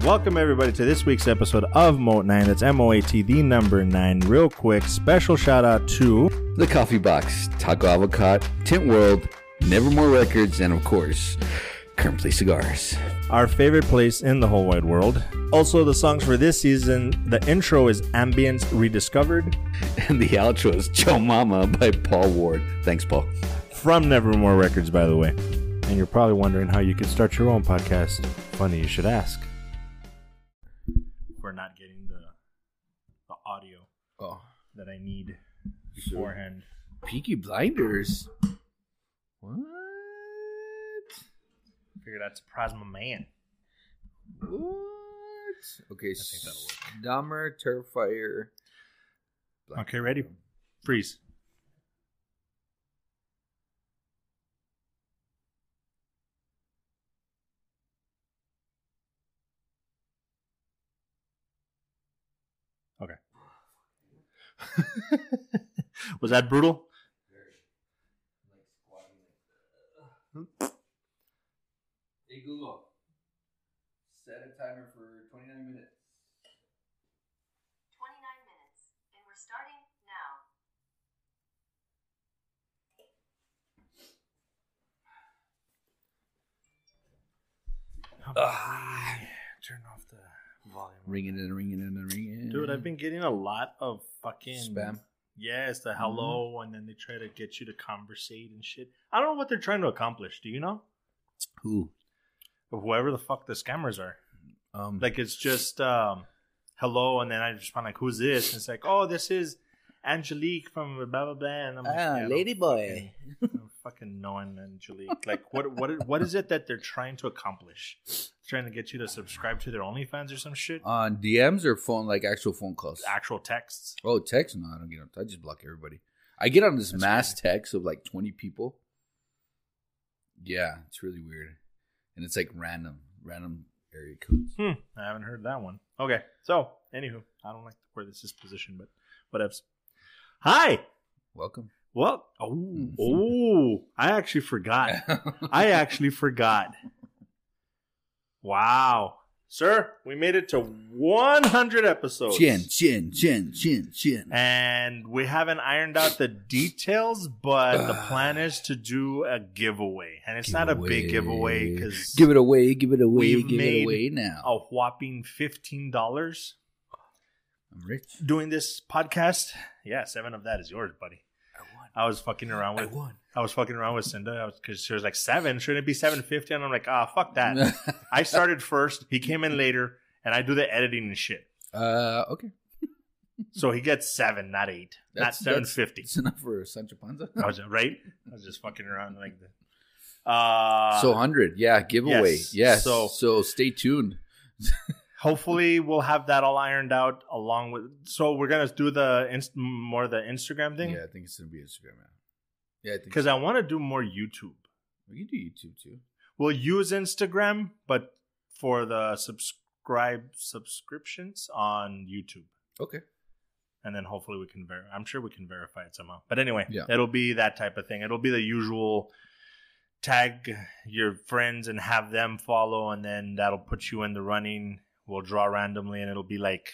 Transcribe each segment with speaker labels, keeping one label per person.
Speaker 1: Welcome, everybody, to this week's episode of Moat 9. That's M O A T, the number 9. Real quick, special shout out to
Speaker 2: The Coffee Box, Taco Avocado, Tint World, Nevermore Records, and of course, Currently Cigars.
Speaker 1: our favorite place in the whole wide world. Also, the songs for this season the intro is Ambience Rediscovered
Speaker 2: And the outro is Joe Mama by Paul Ward. Thanks, Paul.
Speaker 1: from Nevermore Records, by the way. And you're probably wondering how you could start your own podcast. Funny you should ask. We're not getting the, the audio
Speaker 3: Oh,
Speaker 1: that I need beforehand.
Speaker 3: Peaky Blinders. What?
Speaker 1: Figure that's surprise my man.
Speaker 3: What? Okay, I
Speaker 1: think that'll work.
Speaker 3: Dahmer, Terrifier.
Speaker 1: Okay, ready? Freeze. Okay. Was that brutal?
Speaker 3: Hey Google, set a timer for 29 minutes.
Speaker 4: 29 minutes, and we're starting now.
Speaker 1: Oh, Turn off the volume.
Speaker 3: Ring it and ring it and ring it.
Speaker 1: Dude, I've been getting a lot of fucking
Speaker 3: spam.
Speaker 1: Yes, the hello, and then they try to get you to conversate and shit. I don't know what they're trying to accomplish. Do you know?
Speaker 3: Who?
Speaker 1: Whoever the fuck the scammers are.
Speaker 3: Um,
Speaker 1: Like it's just um, hello, and then I just find like, who's this? And it's like, oh, this is Angelique from blah blah blah. And I'm like,
Speaker 3: Ah,
Speaker 1: yeah, I don't
Speaker 3: Ladyboy.
Speaker 1: fucking- I'm fucking knowing Angelique. Like, what what what is it that they're trying to accomplish? Trying to get you to subscribe to their OnlyFans or some shit?
Speaker 3: On DMs or phone, like actual phone calls.
Speaker 1: Actual texts.
Speaker 3: Oh, text? No, I don't get on. I just block everybody. I get on this
Speaker 1: That's
Speaker 3: mass text of like 20 people. Yeah, it's really weird. And it's like random, random area codes.
Speaker 1: Hmm, I haven't heard that one. Okay, so anywho, I don't like where this is positioned, but whatevs. Hi.
Speaker 3: Welcome.
Speaker 1: Well, oh, oh, I actually forgot. I actually forgot. Wow. Sir, we made it to 100 episodes.
Speaker 3: Chin, chin, chin, chin, chin.
Speaker 1: And we haven't ironed out the details, but the
Speaker 3: Ah.
Speaker 1: plan is to do a giveaway. And it's not a big giveaway because
Speaker 3: Give it away, give it away,
Speaker 1: We've
Speaker 3: give
Speaker 1: made
Speaker 3: it away now.
Speaker 1: a whopping $15
Speaker 3: I'm rich.
Speaker 1: doing this podcast. Yeah, seven of that is yours, buddy.
Speaker 3: I won.
Speaker 1: I was fucking around with
Speaker 3: won.
Speaker 1: I was fucking around with Cinda because she was like seven. Shouldn't it be seven fifty? And I'm like, ah, fuck that. I started first. He came in later, and I do the editing and shit.
Speaker 3: uh, okay.
Speaker 1: So he gets seven, not eight,
Speaker 3: That's-
Speaker 1: not seven fifty.
Speaker 3: It's enough for Sancho Panza.
Speaker 1: I was right. I was just fucking around like that. Uh,
Speaker 3: so 100. Yeah, giveaway.
Speaker 1: yes.
Speaker 3: Yes.
Speaker 1: So-
Speaker 3: So, stay tuned.
Speaker 1: hopefully we'll have that all ironed out along with. So we're gonna do the inst- more the Instagram thing
Speaker 3: Yeah, I think it's going to be Instagram, man. Yeah, I think
Speaker 1: because I want to do more YouTube.
Speaker 3: we can do YouTube too.
Speaker 1: We'll use Instagram, but for the subscribe subscriptions on YouTube.
Speaker 3: Okay.
Speaker 1: and then hopefully we can ver- i'm sure we can verify it somehow but anyway
Speaker 3: Yeah.
Speaker 1: it'll be that type of thing it'll be the usual tag your friends and have them follow and then that'll put you in the running we'll draw randomly and it'll be like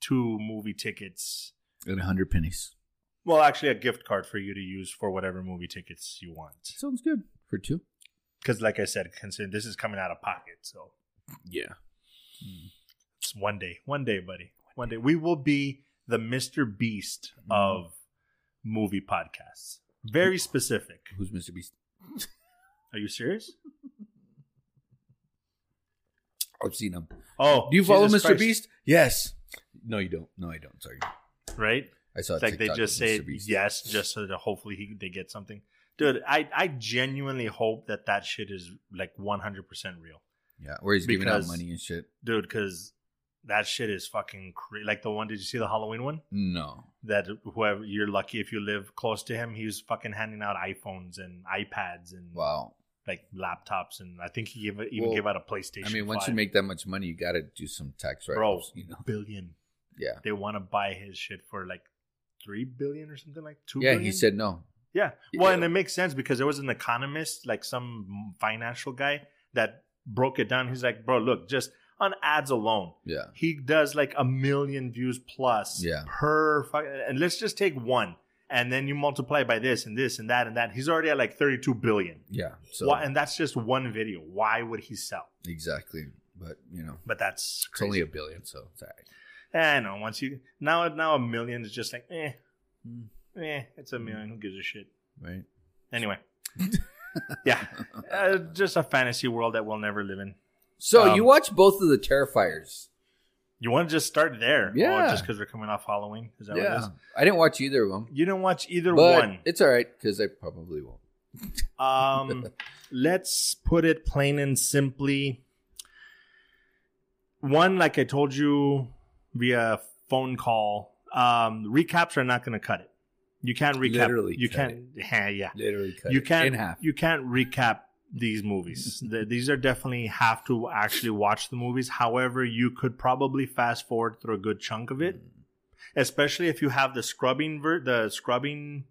Speaker 1: two movie tickets
Speaker 3: And 100 pennies.
Speaker 1: well actually a gift card for you to use for whatever movie tickets you want
Speaker 3: Sounds good. For two?
Speaker 1: because like i said consider this is coming out of pocket so
Speaker 3: Yeah.
Speaker 1: It's one day, one day, buddy, one day. We will be the Mr. Beast of movie podcasts. Very specific.
Speaker 3: Who's Mr. Beast?
Speaker 1: Are you serious?
Speaker 3: I've seen him.
Speaker 1: Oh,
Speaker 3: Do you follow
Speaker 1: Jesus
Speaker 3: Mr.
Speaker 1: Christ,
Speaker 3: Beast? Yes. No, you don't. No, I don't. Sorry.
Speaker 1: Right?
Speaker 3: I saw
Speaker 1: It's like they
Speaker 3: Uh, TikTok
Speaker 1: just
Speaker 3: with
Speaker 1: say
Speaker 3: Mr. Beast.
Speaker 1: yes, just so that hopefully he, they get something. Dude, I I genuinely hope that that shit is like 100 percent real,
Speaker 3: Yeah, where he's giving out
Speaker 1: Because-
Speaker 3: money and shit.
Speaker 1: dude. Because that shit is fucking cra- like the one. Did you see the Halloween one?
Speaker 3: No.
Speaker 1: That whoever you're lucky if you live close to him, he was fucking handing out iPhones and iPads and
Speaker 3: Wow.
Speaker 1: like laptops, and I think he gave, even
Speaker 3: Well,
Speaker 1: gave out a PlayStation.
Speaker 3: I mean, once
Speaker 1: 5.
Speaker 3: you make that much money, you got to do some tax write
Speaker 1: bro
Speaker 3: offs, you know?
Speaker 1: billion,
Speaker 3: Yeah.
Speaker 1: they want to buy his shit for like three billion or something like two.
Speaker 3: Yeah, he
Speaker 1: billion?
Speaker 3: said no.
Speaker 1: Yeah, well, and
Speaker 3: Yeah.
Speaker 1: it makes sense because there was an economist, like some financial guy, that broke it down. He's like, bro, look, just on ads alone.
Speaker 3: Yeah.
Speaker 1: He does like a million views plus
Speaker 3: Yeah.
Speaker 1: per. fu- And let's just take one, and then you multiply by this and this and that and that. He's already at like 32 billion.
Speaker 3: Yeah. So
Speaker 1: Why, and that's just one video. Why would he sell?
Speaker 3: exactly. But you know,
Speaker 1: But that's
Speaker 3: it's only
Speaker 1: crazy. Eh,
Speaker 3: a billion, so it's all right.
Speaker 1: I know. Once you now now a million is just like eh,
Speaker 3: Mm.
Speaker 1: eh. It's a million. Who gives a shit?
Speaker 3: Right.
Speaker 1: Anyway, yeah, uh, just a fantasy world that we'll never live in.
Speaker 3: So
Speaker 1: Um,
Speaker 3: you watch both of the Terrifiers.
Speaker 1: You want to just start there?
Speaker 3: Yeah.
Speaker 1: Oh, just because we're coming off Halloween? Is that what it
Speaker 3: Yeah.
Speaker 1: is?
Speaker 3: I didn't watch either of them.
Speaker 1: You don't watch either
Speaker 3: But
Speaker 1: one.
Speaker 3: it's all right because I probably won't.
Speaker 1: Um, let's put it plain and simply. One, like I told you via phone call, um, recaps are not going to cut it. You can't recap.
Speaker 3: Literally
Speaker 1: you
Speaker 3: cut
Speaker 1: can't. Yeah, yeah.
Speaker 3: Literally cut
Speaker 1: you
Speaker 3: it
Speaker 1: can't.
Speaker 3: in half.
Speaker 1: You can't recap these movies. The- these are definitely have to actually watch the movies. However, you could probably fast forward through a good chunk of it,
Speaker 3: Mm-hmm.
Speaker 1: especially if you have the scrubbing ver- the scrubbing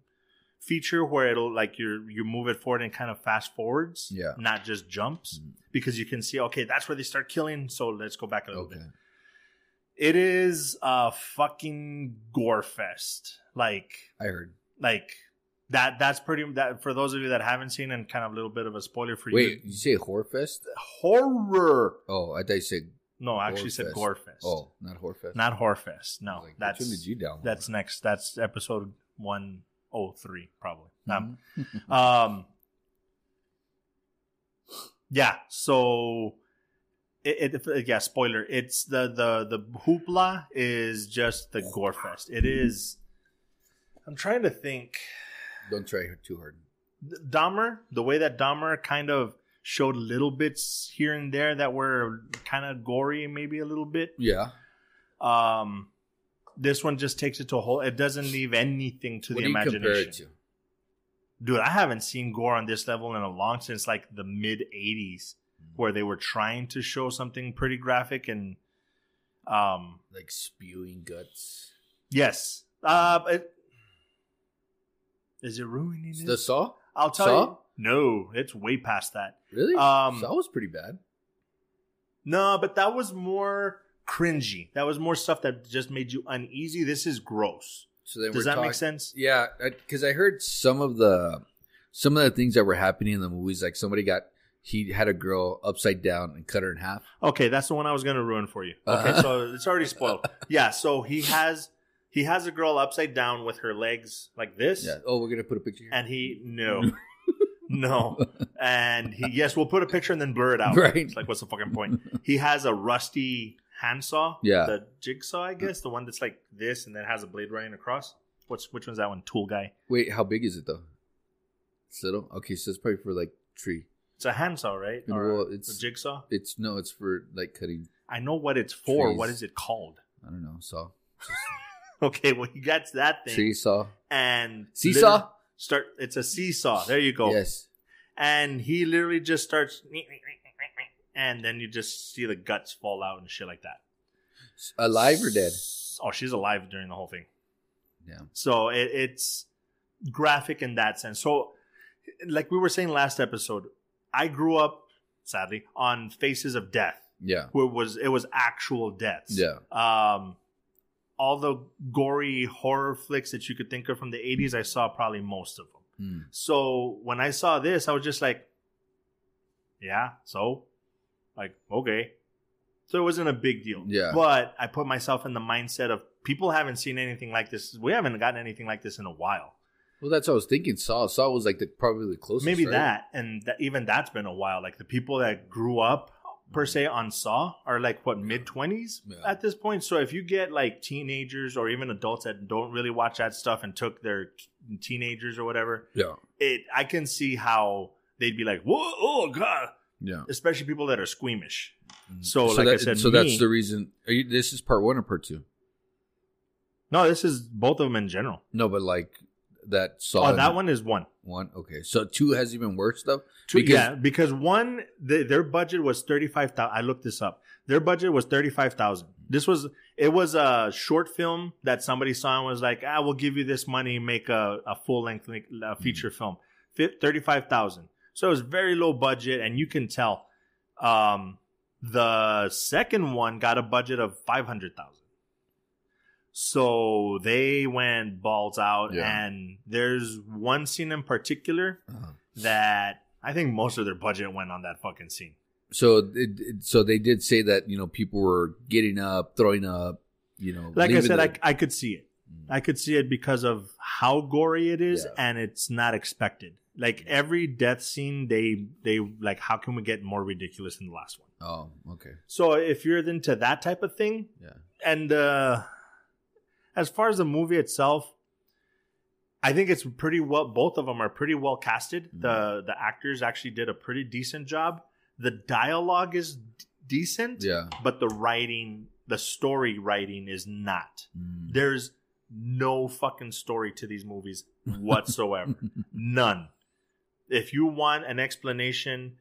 Speaker 1: feature where it'll like you you move it forward and kind of fast forwards,
Speaker 3: Yeah. Mm-hmm.
Speaker 1: not just jumps, because you can see okay that's where they start killing. So let's go back a little
Speaker 3: Okay.
Speaker 1: bit. It is a fucking gore fest. Like
Speaker 3: I heard.
Speaker 1: like that that's pretty that for those of you that haven't seen and kind of a little bit of a spoiler for you
Speaker 3: Wait, you say Horfest?
Speaker 1: horror
Speaker 3: Oh, I thought you said.
Speaker 1: no I actually said
Speaker 3: Gore
Speaker 1: gorefest
Speaker 3: Oh, not Horfest.
Speaker 1: not horrorfest no
Speaker 3: Like, which one
Speaker 1: that's
Speaker 3: did you download?
Speaker 1: that's next that's episode 103 probably um,
Speaker 3: Mhm.
Speaker 1: um yeah so it, it yeah spoiler it's the the the hoopla is just the gore fest it is i'm trying to think
Speaker 3: Don't try too hard.
Speaker 1: Dahmer, the way that Dahmer kind of showed little bits here and there that were kind of gory, maybe a little bit.
Speaker 3: Yeah.
Speaker 1: Um, this one just takes it to a whole. It doesn't leave anything to
Speaker 3: what
Speaker 1: the
Speaker 3: do you compare
Speaker 1: imagination,
Speaker 3: it to?
Speaker 1: dude. I haven't seen gore on this level in a long since like the mid '80s,
Speaker 3: Mm.
Speaker 1: where they were trying to show something pretty graphic and, um,
Speaker 3: Like spewing guts.
Speaker 1: yes, uh, it, is it ruining
Speaker 3: It's
Speaker 1: it?
Speaker 3: The Saw?
Speaker 1: I'll tell
Speaker 3: Saw?
Speaker 1: you. No, it's way past that.
Speaker 3: Really?
Speaker 1: Um,
Speaker 3: Saw was pretty bad.
Speaker 1: No, but that was more cringy. That was more stuff that just made you uneasy. This is gross.
Speaker 3: So then
Speaker 1: Does
Speaker 3: we're
Speaker 1: that make
Speaker 3: talk-
Speaker 1: sense?
Speaker 3: Yeah, because I, heard some of the some of the things that were happening in the movies. Like somebody got he had a girl upside down and cut her in half.
Speaker 1: Okay, that's the one I was going to ruin for you. Okay,
Speaker 3: Uh-huh.
Speaker 1: so it's already spoiled. Yeah, so he has he has a girl upside down with her legs like this,
Speaker 3: Yeah. Oh, we're gonna put a picture. Here.
Speaker 1: and he no, no, and he yes, we'll put a picture and then blur it out.
Speaker 3: Right.
Speaker 1: It's like what's the fucking point? He has a rusty handsaw.
Speaker 3: Yeah.
Speaker 1: the jigsaw, I guess, the one that's like this and then has a blade running across. What's which one's that one? Tool guy.
Speaker 3: Wait, how big is it though? It's little. Okay, so it's probably for like tree.
Speaker 1: It's a handsaw, right?
Speaker 3: No,
Speaker 1: Or
Speaker 3: it's-
Speaker 1: a jigsaw.
Speaker 3: It's no, it's for like cutting.
Speaker 1: I know what it's for.
Speaker 3: Trees.
Speaker 1: What is it called?
Speaker 3: I don't know. Saw
Speaker 1: Okay, well, he gets that thing
Speaker 3: tree saw
Speaker 1: and
Speaker 3: seesaw.
Speaker 1: literally Start. It's a seesaw. There you go.
Speaker 3: Yes.
Speaker 1: And he literally just starts, and then you just see the guts fall out and shit like that.
Speaker 3: Alive or dead?
Speaker 1: Oh, she's alive during the whole thing.
Speaker 3: Yeah.
Speaker 1: So it, it's graphic in that sense. So, like we were saying last episode, I grew up sadly on Faces of Death,
Speaker 3: Yeah.
Speaker 1: where it was it was actual deaths.
Speaker 3: Yeah.
Speaker 1: um all the gory horror flicks that you could think of from the 80s i saw probably most of them
Speaker 3: Hmm.
Speaker 1: so when i saw this i was just like yeah so like okay so it wasn't a big deal
Speaker 3: Yeah.
Speaker 1: but i put myself in the mindset of people haven't seen anything like this we haven't gotten anything like this in a while
Speaker 3: Well, that's what I was thinking. Saw Saw was like the probably the closest.
Speaker 1: maybe
Speaker 3: right?
Speaker 1: that and that, even that's been a while like the people that grew up per se on saw are like what mid 20s
Speaker 3: Yeah.
Speaker 1: at this point so if you get like teenagers or even adults that don't really watch that stuff and took their t- teenagers or whatever
Speaker 3: Yeah.
Speaker 1: it i can see how they'd be like whoa oh god
Speaker 3: Mm-hmm. Yeah. Mm-hmm.
Speaker 1: especially people that are squeamish so,
Speaker 3: So
Speaker 1: like i
Speaker 3: that-
Speaker 1: said
Speaker 3: so
Speaker 1: me-
Speaker 3: that's the reason. Are you, this is part one or part two?
Speaker 1: no this is both of them in general
Speaker 3: No, but like that saw
Speaker 1: oh that one is one
Speaker 3: One okay, so two has even worse stuff.
Speaker 1: Two,
Speaker 3: Because-
Speaker 1: yeah, because one, the, their budget was thirty five thousand. I looked this up. Their budget was thirty five thousand. This was it was a short film that somebody saw and was like, "I will give you this money, make a, a full length like, a feature film." Fi thirty five thousand. So it was very low budget, and you can tell. Um, The second one got a budget of 500,000. So they went balls out
Speaker 3: Yeah.
Speaker 1: and there's one scene in particular
Speaker 3: Uh-huh.
Speaker 1: that I think most of their budget went on that fucking scene.
Speaker 3: So, it, it- so they did say that you know people were getting up, throwing up. You know,
Speaker 1: Like I
Speaker 3: leaving
Speaker 1: said,
Speaker 3: the- Mm.
Speaker 1: I, I could see it. I could see it because of how gory it is,
Speaker 3: Yeah.
Speaker 1: and it's not expected. Like every death scene, they they like, how can we get more ridiculous than the last one?
Speaker 3: oh, okay,
Speaker 1: So if you're into that type of thing,
Speaker 3: yeah,
Speaker 1: and uh, as far as the movie itself, I think it's pretty well. Both of them are pretty well casted.
Speaker 3: Mm-hmm.
Speaker 1: the The actors actually did a pretty decent job. The dialogue is d- decent,
Speaker 3: yeah.
Speaker 1: but the writing, the story writing, is not
Speaker 3: Mm.
Speaker 1: there's no fucking story to these movies whatsoever. None. If you want an explanation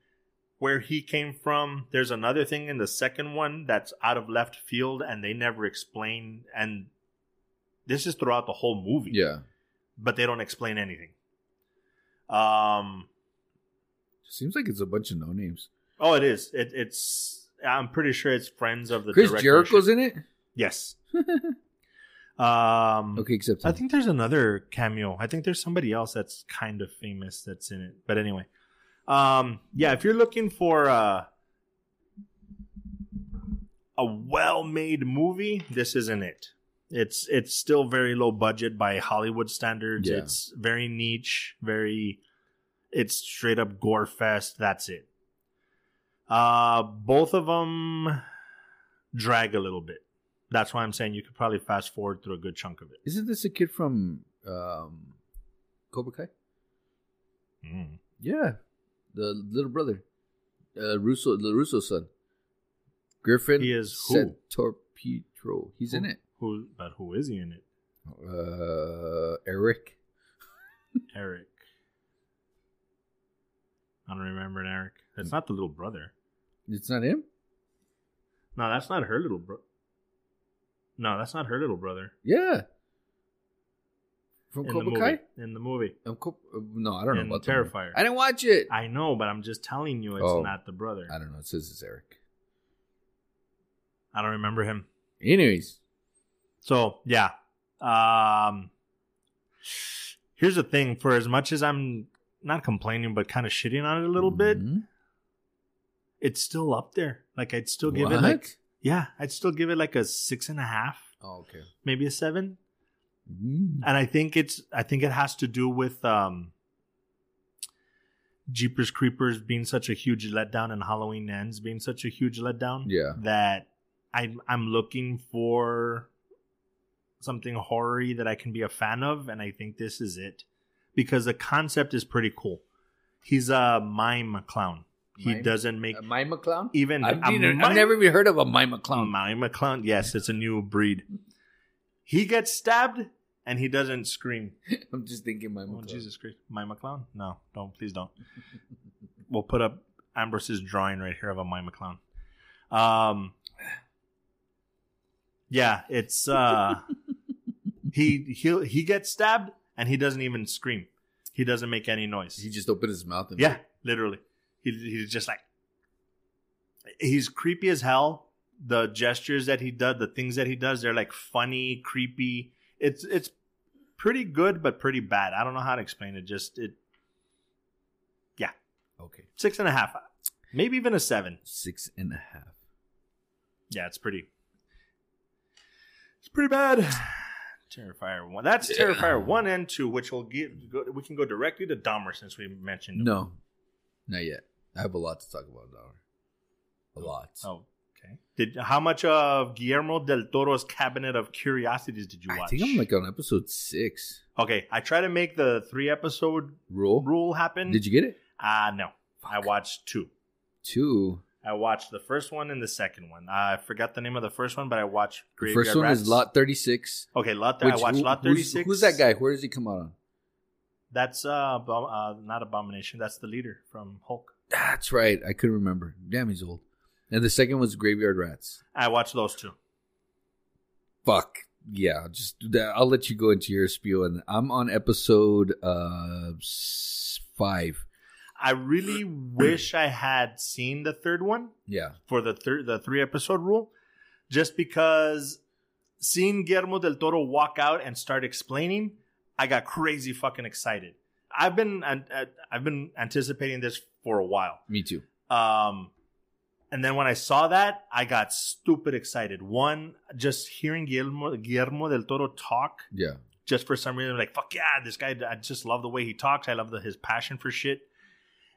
Speaker 1: where he came from, there's another thing in the second one that's out of left field and they never explain. And this is throughout the whole movie,
Speaker 3: Yeah,
Speaker 1: but they don't explain anything. Um.
Speaker 3: seems like it's a bunch of no names.
Speaker 1: Oh, it is. It, it's. I'm pretty sure it's friends of the
Speaker 3: Chris
Speaker 1: director.
Speaker 3: Jericho's in it.
Speaker 1: Yes. um.
Speaker 3: Okay, except
Speaker 1: I think there's another cameo. I think there's somebody else that's kind of famous that's in it. But anyway, um, yeah, if you're looking for uh, a well-made movie, this isn't it. It's it's still very low budget by Hollywood standards.
Speaker 3: Yeah.
Speaker 1: It's very niche, very. It's straight up gore fest. That's it. Uh, both of them drag a little bit. That's why I'm saying you could probably fast forward through a good chunk of it.
Speaker 3: isn't this a kid from um, Cobra Kai?
Speaker 1: Mm.
Speaker 3: Yeah, the little brother, uh, Russo, the Russo son, Griffin.
Speaker 1: He is who?
Speaker 3: Torpedo. He's in it.
Speaker 1: Who? But who is he in it?
Speaker 3: Uh, Eric.
Speaker 1: Eric. I don't remember an Eric.
Speaker 3: Hmm.
Speaker 1: That's not the little brother.
Speaker 3: It's not him.
Speaker 1: No, that's not her little bro. No, that's not her little brother.
Speaker 3: Yeah. From
Speaker 1: In the
Speaker 3: Cobra
Speaker 1: movie.
Speaker 3: Kai.
Speaker 1: In the movie.
Speaker 3: Um, Cobra- uh, no, I don't know
Speaker 1: In
Speaker 3: about
Speaker 1: Terrifier.
Speaker 3: That. I didn't watch it. I,
Speaker 1: I know, but I'm just telling you, it's
Speaker 3: Oh.
Speaker 1: not the brother. I don't,
Speaker 3: don't know. It says it's Eric.
Speaker 1: remember him.
Speaker 3: Anyways,
Speaker 1: So yeah. Um. Here's the thing. For as much as I'm not complaining, but kind of shitting on it a little bit,
Speaker 3: Mhm.
Speaker 1: it's still up there. Like I'd still give it like
Speaker 3: What?
Speaker 1: yeah, I'd still give it like a six and a half.
Speaker 3: Oh, okay.
Speaker 1: maybe a seven.
Speaker 3: Mm.
Speaker 1: And I think it's I think it has to do with um Jeepers Creepers being such a huge letdown and Halloween ends being such a huge letdown
Speaker 3: Yeah.
Speaker 1: that I'm I'm looking for something horror that I can be a fan of, and I think this is it. Because the concept is pretty cool. He's a mime clown. He
Speaker 3: Mime?
Speaker 1: doesn't make
Speaker 3: A mime clown.
Speaker 1: even
Speaker 3: I've,
Speaker 1: a
Speaker 3: neither- I've
Speaker 1: mime-
Speaker 3: never even heard of a mime clown.
Speaker 1: Mime clown. Yes, it's a new breed. He gets stabbed and he doesn't scream.
Speaker 3: I'm just thinking mime
Speaker 1: Oh,
Speaker 3: clown.
Speaker 1: Jesus Christ. Mime clown? No, don't. Please don't. We'll put up Ambrose's drawing right here of a mime clown. Um, yeah, it's uh, he he he gets stabbed and he doesn't even scream. He doesn't make any noise.
Speaker 3: He just opened his mouth and
Speaker 1: Yeah, literally. He, he's just like he's creepy as hell. The gestures that he does, the things that he does, they're like funny, creepy. It's it's pretty good, but pretty bad. I don't know how to explain it. Just it
Speaker 3: Okay.
Speaker 1: six and a half, maybe even a seven.
Speaker 3: Six and a half.
Speaker 1: Yeah, it's pretty. It's pretty bad. Terrifier one. That's
Speaker 3: Yeah.
Speaker 1: Terrifier one and two, which will get. Go, we can go directly to Dahmer since we mentioned. him.
Speaker 3: No, not yet. I have a lot to talk about now. A lot.
Speaker 1: Oh, okay. Did how much of Guillermo del Toro's Cabinet of Curiosities did you
Speaker 3: I
Speaker 1: watch?
Speaker 3: think I'm like on episode six.
Speaker 1: okay. I try to make the three episode
Speaker 3: Rule.
Speaker 1: rule happen.
Speaker 3: Oh. Did you get it?
Speaker 1: Uh no. I watched two.
Speaker 3: Two.
Speaker 1: I watched the first one and the second one. Uh, I forgot the name of the first one, but I watched.
Speaker 3: The
Speaker 1: Graveyard
Speaker 3: first one
Speaker 1: Rats.
Speaker 3: is lot thirty six.
Speaker 1: Okay, lot. Th- I watched lot thirty six.
Speaker 3: Who's, that guy? Where does he come out on?
Speaker 1: That's uh, Abom- uh, not Abomination. That's the leader from Hulk.
Speaker 3: That's right. I couldn't remember. Damn, he's old. And the second was Graveyard Rats.
Speaker 1: I watched those two.
Speaker 3: Fuck. Yeah, just that. I'll let you go into your spiel, and I'm on episode uh s- five.
Speaker 1: I really wish I had seen the third one
Speaker 3: Yeah.
Speaker 1: for the thir- the three episode rule, just because seeing Guillermo del Toro walk out and start explaining, I got crazy fucking excited. I've been an- uh, I've been anticipating this for a while.
Speaker 3: Me too.
Speaker 1: Um, and then when I saw that, I got stupid excited. One, just hearing Guillermo, Guillermo del Toro talk,
Speaker 3: Yeah.
Speaker 1: just for some reason, like fuck yeah, this guy. I just love the way he talks. I love the, his passion for shit.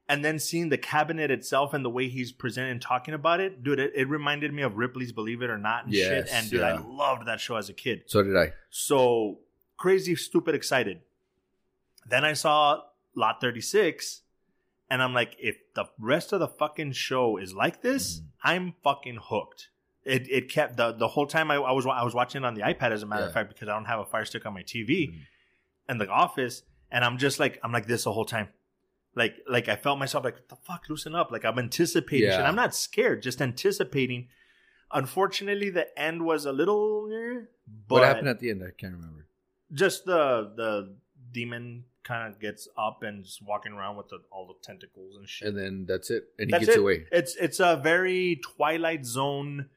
Speaker 1: And then seeing the cabinet itself and the way he's presenting and talking about it, dude, it, it reminded me of Ripley's Believe It or Not and shit.
Speaker 3: Yes,
Speaker 1: And dude,
Speaker 3: yeah.
Speaker 1: I loved that show as a kid.
Speaker 3: So did I.
Speaker 1: So crazy, stupid, excited. Then I saw Lot 36, and I'm like, if the rest of the fucking show is like this,
Speaker 3: Mhm.
Speaker 1: I'm fucking hooked. It, it kept the, the whole time I, I was wa- I was watching it on the iPad as a matter of
Speaker 3: Yeah.
Speaker 1: fact because I don't have a Fire Stick on my TV
Speaker 3: Mhm.
Speaker 1: and the office and I'm just like I'm like this the whole time like like I felt myself like what the fuck loosen up like I'm anticipating
Speaker 3: Yeah.
Speaker 1: shit I'm not scared just anticipating unfortunately the end was a little eh, but
Speaker 3: what happened at the end? I can't remember.
Speaker 1: just the the demon kind of gets up and is walking around with the, all the tentacles and shit.
Speaker 3: And then that's it. And
Speaker 1: That's
Speaker 3: he gets
Speaker 1: it.
Speaker 3: away.
Speaker 1: It's it's a very Twilight Zone.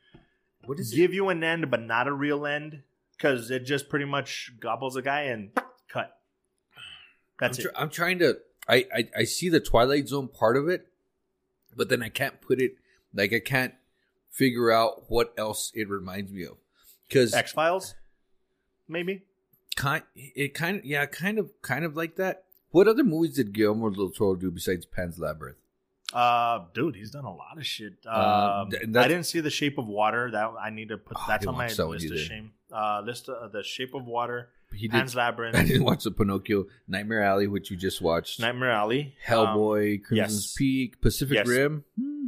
Speaker 3: What is
Speaker 1: give you an end, but not a real end, because it just pretty much gobbles a guy and cut. That's
Speaker 3: I'm,
Speaker 1: it.
Speaker 3: tr- I'm trying to. I, I I see the Twilight Zone part of it, but then I can't put it. Like I can't figure out what else it reminds me of. Because
Speaker 1: X Files, maybe.
Speaker 3: kind it kind of yeah kind of kind of like that. What other movies did Guillermo del Toro do besides Pan's Labyrinth?
Speaker 1: Uh, dude, he's done a lot of shit. Um,
Speaker 3: Uh, th- that's-
Speaker 1: I didn't see The Shape of Water. That I need to put.
Speaker 3: Oh, I
Speaker 1: that's
Speaker 3: didn't
Speaker 1: on my
Speaker 3: watch that one
Speaker 1: list of
Speaker 3: either.
Speaker 1: shame. Uh, list of The Shape of Water,
Speaker 3: He did.
Speaker 1: Pan's Labyrinth,
Speaker 3: I didn't watch the Pinocchio, Nightmare Alley, which you just watched,
Speaker 1: Nightmare Alley, Um,
Speaker 3: Hellboy, Crimson's
Speaker 1: yes.
Speaker 3: Peak, Pacific
Speaker 1: Yes.
Speaker 3: Rim, Hmm.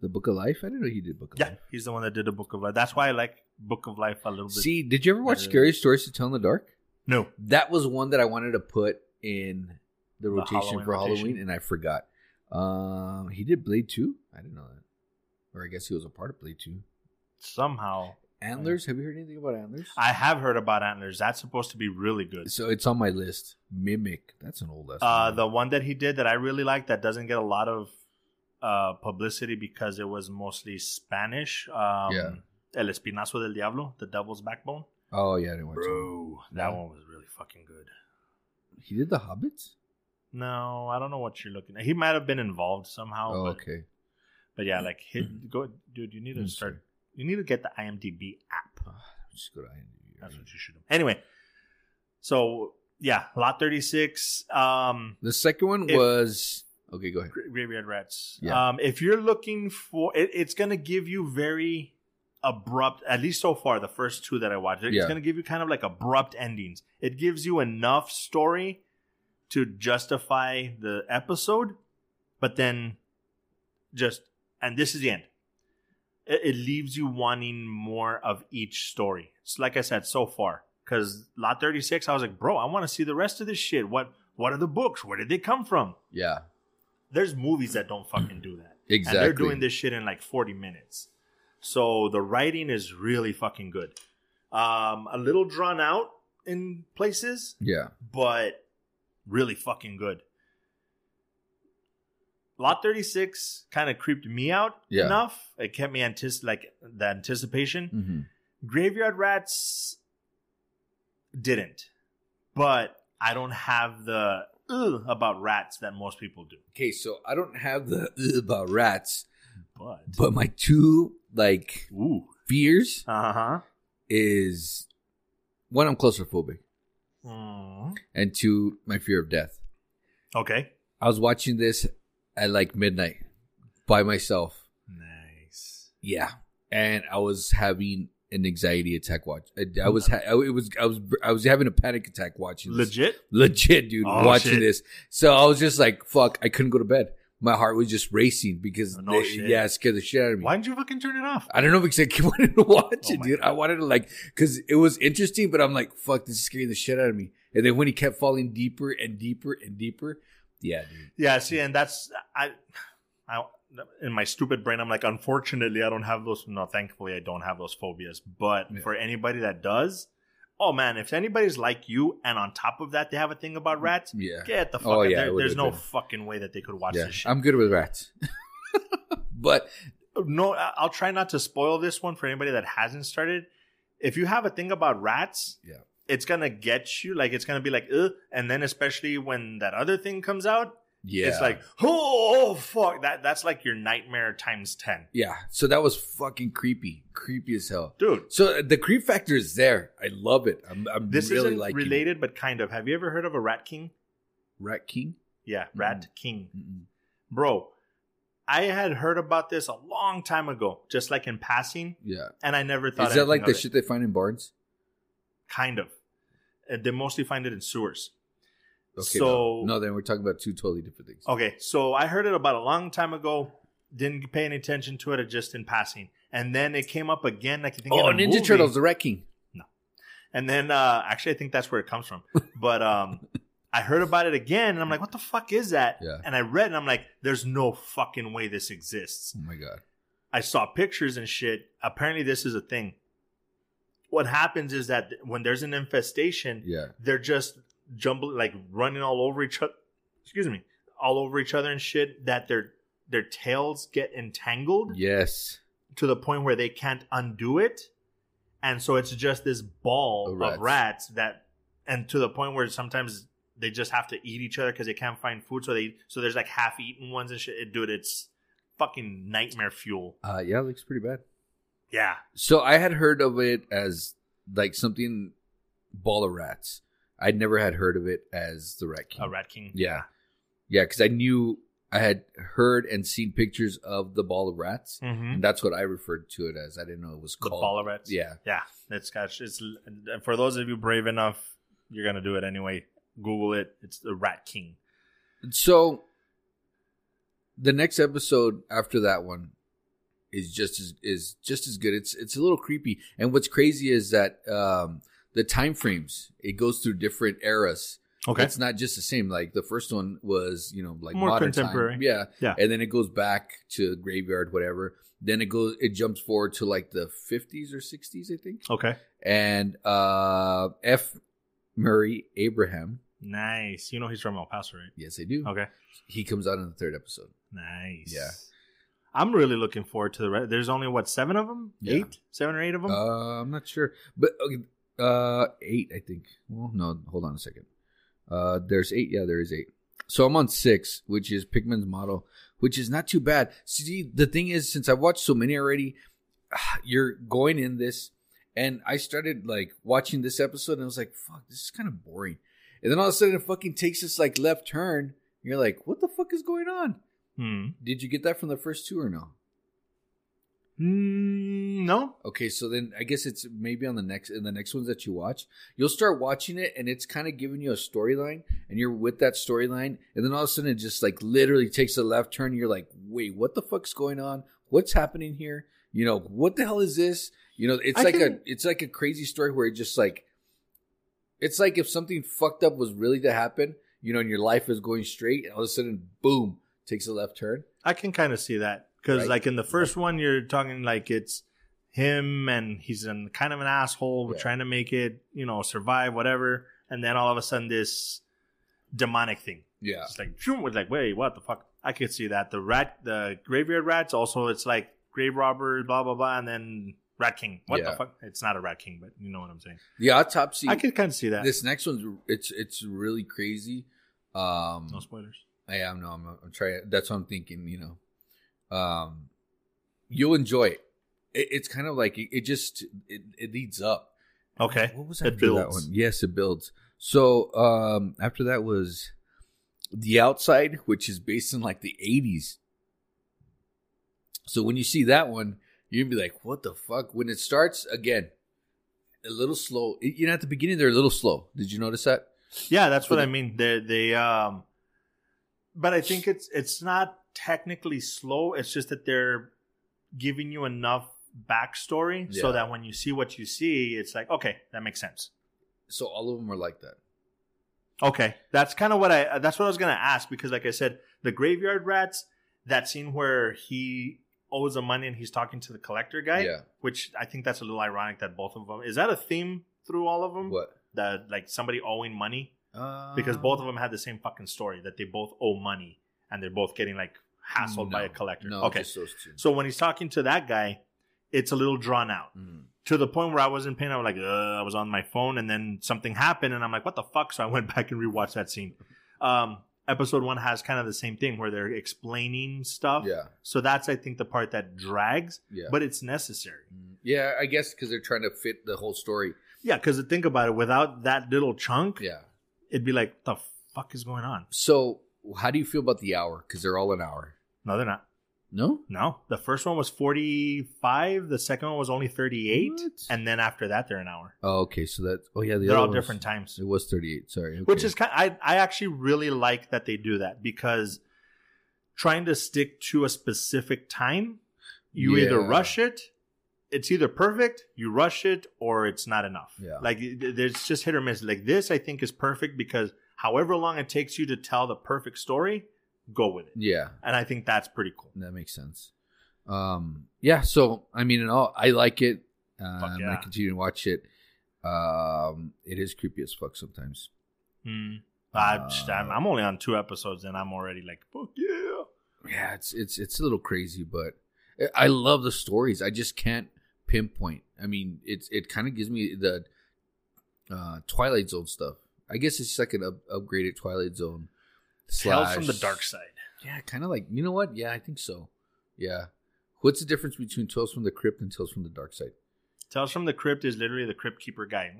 Speaker 3: The Book of Life. I didn't know he did Book of
Speaker 1: Yeah,
Speaker 3: Life.
Speaker 1: he's the one that did the Book of Life. That's why I like Book of Life a little bit.
Speaker 3: See, did you ever watch
Speaker 1: Uh,
Speaker 3: Scary Stories to Tell in the Dark?
Speaker 1: no,
Speaker 3: That was one that I wanted to put in the rotation
Speaker 1: Halloween
Speaker 3: for
Speaker 1: rotation.
Speaker 3: Halloween, and I forgot. Um, he did Blade Two. I didn't know that, or I guess he was a part of Blade Two.
Speaker 1: somehow
Speaker 3: Antlers. Have you heard anything about Antlers?
Speaker 1: I have heard about Antlers. That's supposed to be really good.
Speaker 3: So it's on my list. Mimic. That's an old ass.
Speaker 1: Uh,
Speaker 3: movie.
Speaker 1: the one that he did that I really like that doesn't get a lot of uh, publicity because it was mostly Spanish. Um,
Speaker 3: Yeah.
Speaker 1: El Espinazo del Diablo, The Devil's Backbone.
Speaker 3: oh yeah, I didn't watch it.
Speaker 1: Bro, that one was really fucking good.
Speaker 3: He did the Hobbits.
Speaker 1: No, I don't know what you're looking at. He might have been involved somehow.
Speaker 3: Oh,
Speaker 1: but,
Speaker 3: okay.
Speaker 1: but yeah, like hit, go, dude. You need to
Speaker 3: Mm,
Speaker 1: start. You need to get the IMDb app.
Speaker 3: Just go to IMDb.
Speaker 1: That's what you should. Anyway, so yeah, lot thirty six. Um,
Speaker 3: The second one
Speaker 1: If-
Speaker 3: was okay. Go ahead.
Speaker 1: Gra- Graveyard Rats.
Speaker 3: Yeah.
Speaker 1: Um, if you're looking for, it, it's gonna give you very abrupt. At least so far, the first two that I watched, it's
Speaker 3: Yeah.
Speaker 1: gonna give you kind of like abrupt endings. It gives you enough story to justify the episode, but then just and this is the end. It, it leaves you wanting more of each story. It's like I said so far, because Lot Thirty Six, I was like, bro, I want to see the rest of this shit. What? What are the books? Where did they come from?
Speaker 3: Yeah,
Speaker 1: there's movies that don't fucking do that.
Speaker 3: exactly.
Speaker 1: And they're doing this shit in like 40 minutes. So the writing is really fucking good. Um, a little drawn out in places,
Speaker 3: Yeah,
Speaker 1: but really fucking good. Lot 36 kind of creeped me out
Speaker 3: Yeah.
Speaker 1: enough. It kept me antici- like the anticipation.
Speaker 3: hmm
Speaker 1: Graveyard Rats didn't. But I don't have the ugh about rats that most people do.
Speaker 3: Okay, so I don't have the "Ugh" about rats,
Speaker 1: But
Speaker 3: but my two like
Speaker 1: Ooh.
Speaker 3: fears
Speaker 1: Uh huh.
Speaker 3: is one, I'm claustrophobic, and two, my fear of death.
Speaker 1: Hmm. Okay.
Speaker 3: I was watching this at like midnight by myself.
Speaker 1: Nice.
Speaker 3: Yeah, and I was having an anxiety attack watch. uh, I, I was ha- I, it was I was I was having a panic attack watching this.
Speaker 1: Legit.
Speaker 3: legit, dude,
Speaker 1: Oh,
Speaker 3: watching
Speaker 1: shit.
Speaker 3: this. So I was just like, fuck, I couldn't go to bed. My heart was just racing because
Speaker 1: Oh, No
Speaker 3: they-
Speaker 1: shit.
Speaker 3: yeah, it scared the shit out of me.
Speaker 1: Why didn't you fucking turn it off?
Speaker 3: I don't know because I kept wanting to watch
Speaker 1: Oh
Speaker 3: it,
Speaker 1: my
Speaker 3: dude. I
Speaker 1: God.
Speaker 3: wanted to like because it was interesting, but I'm like, fuck, this is scaring the shit out of me. And then when he kept falling deeper and deeper and deeper, yeah, dude.
Speaker 1: Yeah. See, and that's I. I in my stupid brain, I'm like, unfortunately, I don't have those. No, thankfully, I don't have those phobias. But
Speaker 3: Yeah.
Speaker 1: for anybody that does, oh man, if anybody's like you, and on top of that they have a thing about rats,
Speaker 3: Yeah.
Speaker 1: get the fuck.
Speaker 3: Oh,
Speaker 1: out.
Speaker 3: yeah, it
Speaker 1: There-
Speaker 3: would've
Speaker 1: there's no
Speaker 3: been.
Speaker 1: fucking way that they could watch
Speaker 3: yeah.
Speaker 1: this shit.
Speaker 3: I'm good with rats. but
Speaker 1: no, I- I'll try not to spoil this one for anybody that hasn't started. If you have a thing about rats,
Speaker 3: Yeah.
Speaker 1: it's gonna get you. Like it's gonna be like, Ugh. and then especially when that other thing comes out,
Speaker 3: yeah.
Speaker 1: it's like, oh, oh, fuck, that that's like your nightmare times ten,
Speaker 3: yeah. So that was fucking creepy. Creepy as hell.
Speaker 1: dude.
Speaker 3: So uh, the creep factor is there. I love it. I'm, I'm
Speaker 1: This
Speaker 3: really
Speaker 1: isn't
Speaker 3: liking it.
Speaker 1: related, but kind of. Have you ever heard of a rat king?
Speaker 3: Rat King.
Speaker 1: Yeah,
Speaker 3: Mm-hmm.
Speaker 1: rat king,
Speaker 3: Mm-mm.
Speaker 1: bro. I had heard about this a long time ago, just like in passing,
Speaker 3: Yeah.
Speaker 1: and I never thought.
Speaker 3: is that
Speaker 1: anything
Speaker 3: like
Speaker 1: of
Speaker 3: the
Speaker 1: it.
Speaker 3: shit they find in barns?
Speaker 1: Kind of. Uh, They mostly find it in sewers.
Speaker 3: no.
Speaker 1: So- Oh,
Speaker 3: no, then we're talking about two totally different things.
Speaker 1: Okay, so I heard it about a long time ago. Didn't pay any attention to it, or just in passing. And then it came up again, like I think.
Speaker 3: Oh,
Speaker 1: in a
Speaker 3: Ninja
Speaker 1: movie.
Speaker 3: Turtles, the Rat King.
Speaker 1: And then uh, actually, I think that's where it comes from. But um, I heard about it again, and I'm like, "What the fuck is that?"
Speaker 3: Yeah.
Speaker 1: And I read, and I'm like, "There's no fucking way this exists."
Speaker 3: Oh my god.
Speaker 1: I saw pictures and shit. Apparently, this is a thing. What happens is that when there's an infestation,
Speaker 3: Yeah.
Speaker 1: they're just jumbling like running all over each other excuse me all over each other and shit that their their tails get entangled
Speaker 3: Yes.
Speaker 1: to the point where they can't undo it and so it's just this ball
Speaker 3: Of
Speaker 1: of
Speaker 3: rats.
Speaker 1: rats, that and to the point where sometimes they just have to eat each other because they can't find food so they so there's like half eaten ones and shit dude it's fucking nightmare fuel
Speaker 3: Uh, yeah, it looks pretty bad.
Speaker 1: yeah
Speaker 3: So I had heard of it as like something ball of rats. I'd never had heard of it as the Rat King.
Speaker 1: a rat king
Speaker 3: Yeah. Yeah, because I knew I had heard and seen pictures of the ball of rats.
Speaker 1: hmm
Speaker 3: And that's what I referred to it as. I didn't know it was
Speaker 1: the
Speaker 3: called.
Speaker 1: ball of rats
Speaker 3: Yeah.
Speaker 1: Yeah, it's got it's for those of you brave enough, you're gonna do it anyway. Google it. It's the Rat King.
Speaker 3: So the next episode after that one is just as is just as good. It's it's a little creepy. And what's crazy is that um the time frames, it goes through different eras. It's not just the same. Like the first one was, you know, like
Speaker 1: More
Speaker 3: modern
Speaker 1: contemporary.
Speaker 3: Time. Yeah.
Speaker 1: Yeah.
Speaker 3: And then it goes back to graveyard, whatever. Then it goes it jumps forward to like the fifties or sixties, I think.
Speaker 1: okay.
Speaker 3: And uh F. Murray Abraham.
Speaker 1: Nice. You know he's from El Paso, right?
Speaker 3: Yes, I do.
Speaker 1: Okay.
Speaker 3: He comes out in the third episode.
Speaker 1: Nice.
Speaker 3: Yeah.
Speaker 1: I'm really looking forward to the. Rat. There's only what seven of them?
Speaker 3: Yeah.
Speaker 1: Eight? Seven or eight of them?
Speaker 3: Uh, I'm not sure, but okay, uh, eight, I think. Well, no, hold on a second. Uh, there's eight. Yeah, there is eight. So I'm on six, which is Pikmin's model, which is not too bad. See, the thing is, since I've watched so many already, you're going in this, and I started like watching this episode, and I was like, "Fuck, this is kind of boring." And then all of a sudden, it fucking takes this like left turn. You're like, "What the fuck is going on?"
Speaker 1: hmm.
Speaker 3: Did you get that from the first two or no?
Speaker 1: Mm, no.
Speaker 3: Okay, so then I guess it's maybe on the next in the next ones that you watch, you'll start watching it and it's kind of giving you a storyline and you're with that storyline and then all of a sudden it just like literally takes a left turn and you're like, "Wait, what the fuck's going on? What's happening here? You know, what the hell is this?" You know, it's
Speaker 1: I
Speaker 3: like a
Speaker 1: can-
Speaker 3: it's like a crazy story where it just like it's like if something fucked up was really to happen, you know, and your life is going straight, and all of a sudden boom, takes a left turn.
Speaker 1: I can kind of see that because,
Speaker 3: Right.
Speaker 1: like in the first one, you're talking like it's him and he's an, kind of an asshole
Speaker 3: Yeah.
Speaker 1: trying to make it, you know, survive whatever, and then all of a sudden this demonic thing.
Speaker 3: Yeah.
Speaker 1: It's like, phew, it's like, wait, what the fuck? I could see that. The rat, the graveyard rats. Also, it's like grave robber, blah blah blah, and then rat king. What
Speaker 3: Yeah.
Speaker 1: the fuck? It's not a rat king, but you know what I'm saying.
Speaker 3: The autopsy
Speaker 1: I could kind of see that.
Speaker 3: This next one's it's it's really crazy. Um,
Speaker 1: no spoilers.
Speaker 3: I am no, I'm, I'm trying. That's what I'm thinking. You know, um, you'll enjoy it. it it's kind of like it, it just it, it leads up.
Speaker 1: Okay.
Speaker 3: What was
Speaker 1: It
Speaker 3: after that
Speaker 1: builds.
Speaker 3: one? Yes, it builds. So um, after that was the outside, which is based in like the '80s. So when you see that one, you're gonna be like, "What the fuck?" When it starts again, a little slow. You know, at the beginning they're a little slow. Did you notice that?
Speaker 1: Yeah, that's
Speaker 3: For
Speaker 1: what
Speaker 3: the-
Speaker 1: I mean. They they um but I think it's it's not technically slow. It's just that they're giving you enough backstory
Speaker 3: Yeah.
Speaker 1: so that when you see what you see, it's like, okay, that makes sense.
Speaker 3: So all of them are like that.
Speaker 1: Okay. That's kind of what I that's what I was going to ask because like I said, the graveyard rats, that scene where he owes the money and he's talking to the collector guy,
Speaker 3: Yeah.
Speaker 1: which I think that's a little ironic that both of them. Is that a theme through all of them.
Speaker 3: What?
Speaker 1: That like somebody owing money
Speaker 3: Uh,
Speaker 1: because both of them had the same fucking story that they both owe money and they're both getting like hassled by
Speaker 3: No.
Speaker 1: a collector.
Speaker 3: No,
Speaker 1: okay.
Speaker 3: just those two.
Speaker 1: So when he's talking to that guy, it's a little drawn out
Speaker 3: Mm.
Speaker 1: to the point where I was in pain. I was like, Ugh, I was on my phone, and then something happened, and I'm like, what the fuck? So I went back and rewatched that scene. Um, episode one has kind of the same thing where they're explaining stuff.
Speaker 3: Yeah,
Speaker 1: So that's I think the part that drags,
Speaker 3: yeah,
Speaker 1: but it's necessary.
Speaker 3: Mm. yeah. I guess because they're trying to fit the whole story.
Speaker 1: Yeah, because think about it, without that little chunk,
Speaker 3: Yeah.
Speaker 1: it'd be like, the fuck is going on?
Speaker 3: So, how do you feel about the hour? Because they're all an hour.
Speaker 1: No, they're not.
Speaker 3: No.
Speaker 1: No, the first one was 45. The second one was only 38.
Speaker 3: What?
Speaker 1: And then after that, they're an hour.
Speaker 3: Oh, okay. So that. Oh yeah, the
Speaker 1: they're
Speaker 3: other
Speaker 1: all
Speaker 3: ones-
Speaker 1: different times.
Speaker 3: It was thirty-eight. Sorry.
Speaker 1: Which
Speaker 3: okay.
Speaker 1: is kind I, I actually really like that they do that because trying to stick to a specific time, you either
Speaker 3: Yeah.
Speaker 1: rush it, it's either perfect, you rush it, or it's not enough.
Speaker 3: Yeah.
Speaker 1: Like it- it's just hit or miss. Like this, I think, is perfect because however long it takes you to tell the perfect story, go with it.
Speaker 3: Yeah,
Speaker 1: And I think that's pretty cool.
Speaker 3: that makes sense. Um. Yeah. So I mean, in all, I like it.
Speaker 1: Fuck
Speaker 3: Um, I
Speaker 1: yeah.
Speaker 3: continue to watch it. Um. It is creepy as fuck sometimes.
Speaker 1: Mm. I,
Speaker 3: Uh,
Speaker 1: I'm, I'm only on two episodes and I'm already like, fuck yeah.
Speaker 3: Yeah, it's it's it's a little crazy, but I- I love the stories. I just can't pinpoint. I mean, it's it kind of gives me the uh Twilight Zone stuff. I guess it's like an up, upgraded Twilight Zone.
Speaker 1: Tales
Speaker 3: slash-
Speaker 1: from the dark side.
Speaker 3: Yeah, kind of like you know what? Yeah, I think so. Yeah, what's the difference between Tales from the Crypt and Tales from the Dark Side?
Speaker 1: Tales from the Crypt is literally the Crypt Keeper guy.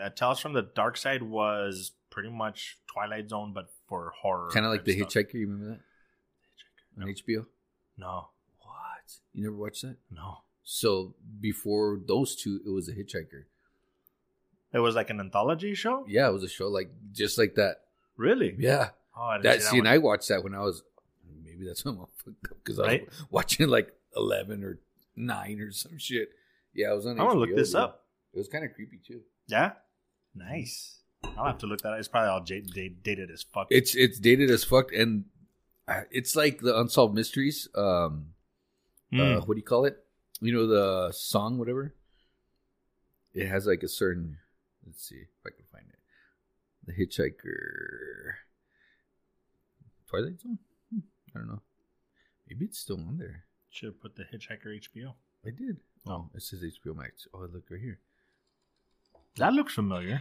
Speaker 1: Uh, Tales from the Dark Side was pretty much Twilight Zone, but for horror.
Speaker 3: Kind of like
Speaker 1: and
Speaker 3: the
Speaker 1: stuff.
Speaker 3: Hitchhiker. You remember that on HBO?
Speaker 1: No,
Speaker 3: What? You never watched that?
Speaker 1: no.
Speaker 3: So before those two, it was a Hitchhiker.
Speaker 1: It was like an anthology show?
Speaker 3: Yeah, it was a show like just like that.
Speaker 1: Really?
Speaker 3: Yeah.
Speaker 1: Oh, I didn't
Speaker 3: that
Speaker 1: see
Speaker 3: scene,
Speaker 1: that
Speaker 3: I watched that when I was maybe that's when I'm all fucked up because I
Speaker 1: Right?
Speaker 3: was watching like eleven or nine or some shit. Yeah, I was on.
Speaker 1: I want to look
Speaker 3: HBO,
Speaker 1: this
Speaker 3: dude.
Speaker 1: up.
Speaker 3: It was kind of creepy too.
Speaker 1: Yeah? Nice. I'll have to look that up. It's probably all j- j- dated as fuck.
Speaker 3: It's it's dated as fucked, and uh, it's like the unsolved mysteries. Um, uh,
Speaker 1: Mm.
Speaker 3: what do you call it? You know the song, whatever. It has like a certain. Let's see if I can find it. The Hitchhiker. Twilight Zone. Hmm, I don't know. Maybe it's still on there.
Speaker 1: Should have put the Hitchhiker HBO.
Speaker 3: I did.
Speaker 1: Oh.
Speaker 3: it says HBO Max. Oh, look right here.
Speaker 1: That looks familiar.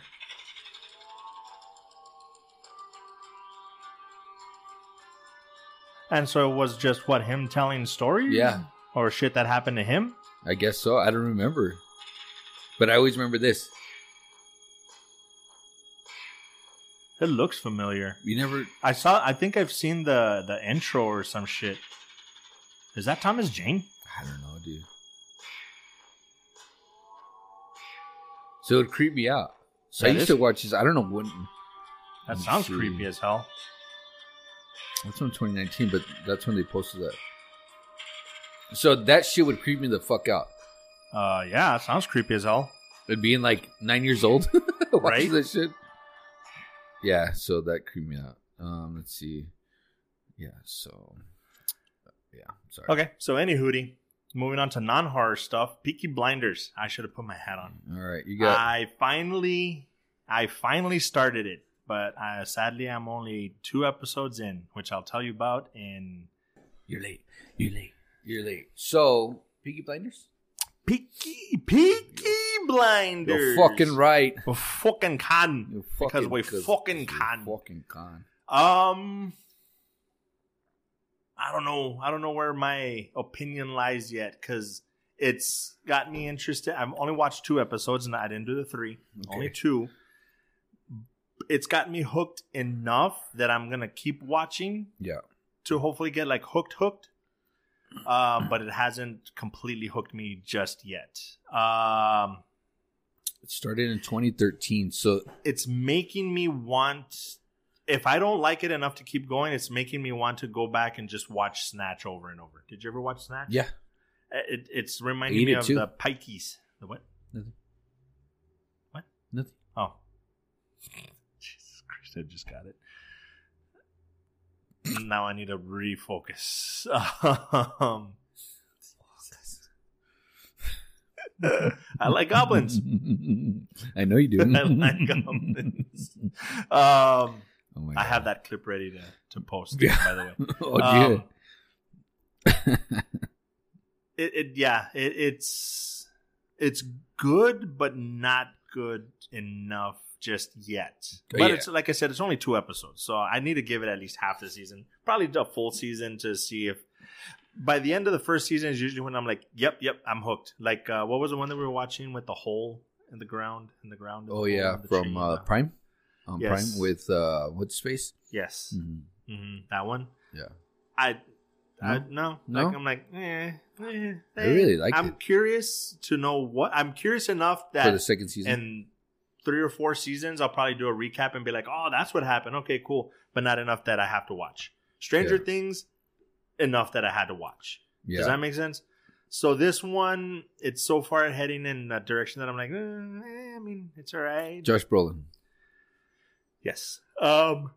Speaker 1: And so it was just what him telling stories,
Speaker 3: Yeah.
Speaker 1: or shit that happened to him.
Speaker 3: I guess so. I don't remember, but I always remember this.
Speaker 1: It looks familiar.
Speaker 3: You never.
Speaker 1: I saw. I think I've seen the the intro or some shit. Is that Thomas Jane?
Speaker 3: I don't know, dude. So it creeped me out. So I
Speaker 1: Yeah,
Speaker 3: used
Speaker 1: this-
Speaker 3: to watch this. I don't know when.
Speaker 1: That
Speaker 3: Let's
Speaker 1: sounds
Speaker 3: see.
Speaker 1: creepy as hell.
Speaker 3: That's from 2019, but that's when they posted that. So that shit would creep me the fuck out.
Speaker 1: Uh, yeah, it sounds creepy as hell.
Speaker 3: But being like nine years old, watching
Speaker 1: Right?
Speaker 3: that shit. Yeah, so that creeped me out. Um, let's see. Yeah, so uh, yeah, sorry.
Speaker 1: Okay, so any hootie. Moving on to non horror stuff. Peaky Blinders. I should have put my hat on.
Speaker 3: All right, you got
Speaker 1: I finally, I finally started it, but uh, sadly, I'm only two episodes in, which I'll tell you about in
Speaker 3: You're late. You're late. You're late. So, Peaky Blinders?
Speaker 1: Peaky Peaky
Speaker 3: You're
Speaker 1: Blinders.
Speaker 3: fucking right.
Speaker 1: We're fucking con.
Speaker 3: You
Speaker 1: Because we fucking
Speaker 3: you
Speaker 1: can.
Speaker 3: Fucking con.
Speaker 1: Um, I don't know. I don't know where my opinion lies yet, because it's got me interested. I've only watched two episodes, and I didn't do the three. Only
Speaker 3: Okay.
Speaker 1: two. It's got me hooked enough that I'm gonna keep watching
Speaker 3: Yeah.
Speaker 1: to hopefully get like hooked hooked um but it hasn't completely hooked me just yet um
Speaker 3: It started in 2013. So,
Speaker 1: it's making me want if i don't like it enough to keep going it's making me want to go back and just watch snatch over and over did you ever watch snatch
Speaker 3: yeah.
Speaker 1: Uh, it, it's reminding
Speaker 3: Hate
Speaker 1: me
Speaker 3: it
Speaker 1: of
Speaker 3: too.
Speaker 1: the pikeys the what
Speaker 3: Nothing.
Speaker 1: What?
Speaker 3: Nothing.
Speaker 1: oh jesus christ i just got it now i need to refocus um, I like goblins.
Speaker 3: I know you do.
Speaker 1: I like goblins. Um,
Speaker 3: Oh my
Speaker 1: I have
Speaker 3: God.
Speaker 1: that clip ready to, to post.
Speaker 3: Yeah.
Speaker 1: By the way,
Speaker 3: Oh
Speaker 1: Um,
Speaker 3: dear. Um,
Speaker 1: it, it yeah, it, it's it's good, but not good enough just yet. But
Speaker 3: Yeah.
Speaker 1: it's like I said, it's only two episodes, so I need to give it at least half the season, probably a full season to see if. By the end of the first season is usually when I'm like, yep, yep, I'm hooked. Like, uh, what was the one that we were watching with the hole in the ground in the ground? in the
Speaker 3: oh
Speaker 1: hole
Speaker 3: yeah,
Speaker 1: in the
Speaker 3: from
Speaker 1: tree?
Speaker 3: uh, Prime. Um,
Speaker 1: Yes.
Speaker 3: Prime with uh, what space?
Speaker 1: yes,
Speaker 3: Mhm.
Speaker 1: hmm that one.
Speaker 3: Yeah.
Speaker 1: I, I no,
Speaker 3: No?
Speaker 1: Like, I'm like, eh, eh,
Speaker 3: I
Speaker 1: eh.
Speaker 3: really liked
Speaker 1: I'm
Speaker 3: it.
Speaker 1: curious to know what I'm curious enough
Speaker 3: For the
Speaker 1: that
Speaker 3: second season.
Speaker 1: in three or four seasons I'll probably do a recap and be like, oh, that's what happened. Okay, cool, but not enough that I have to watch. Stranger
Speaker 3: Yeah.
Speaker 1: Things, enough that I had to watch.
Speaker 3: yeah.
Speaker 1: Does that make sense? So this one, it's so far heading in a direction that I'm like, eh, eh, I mean, it's all right.
Speaker 3: Josh Brolin.
Speaker 1: yes. Um,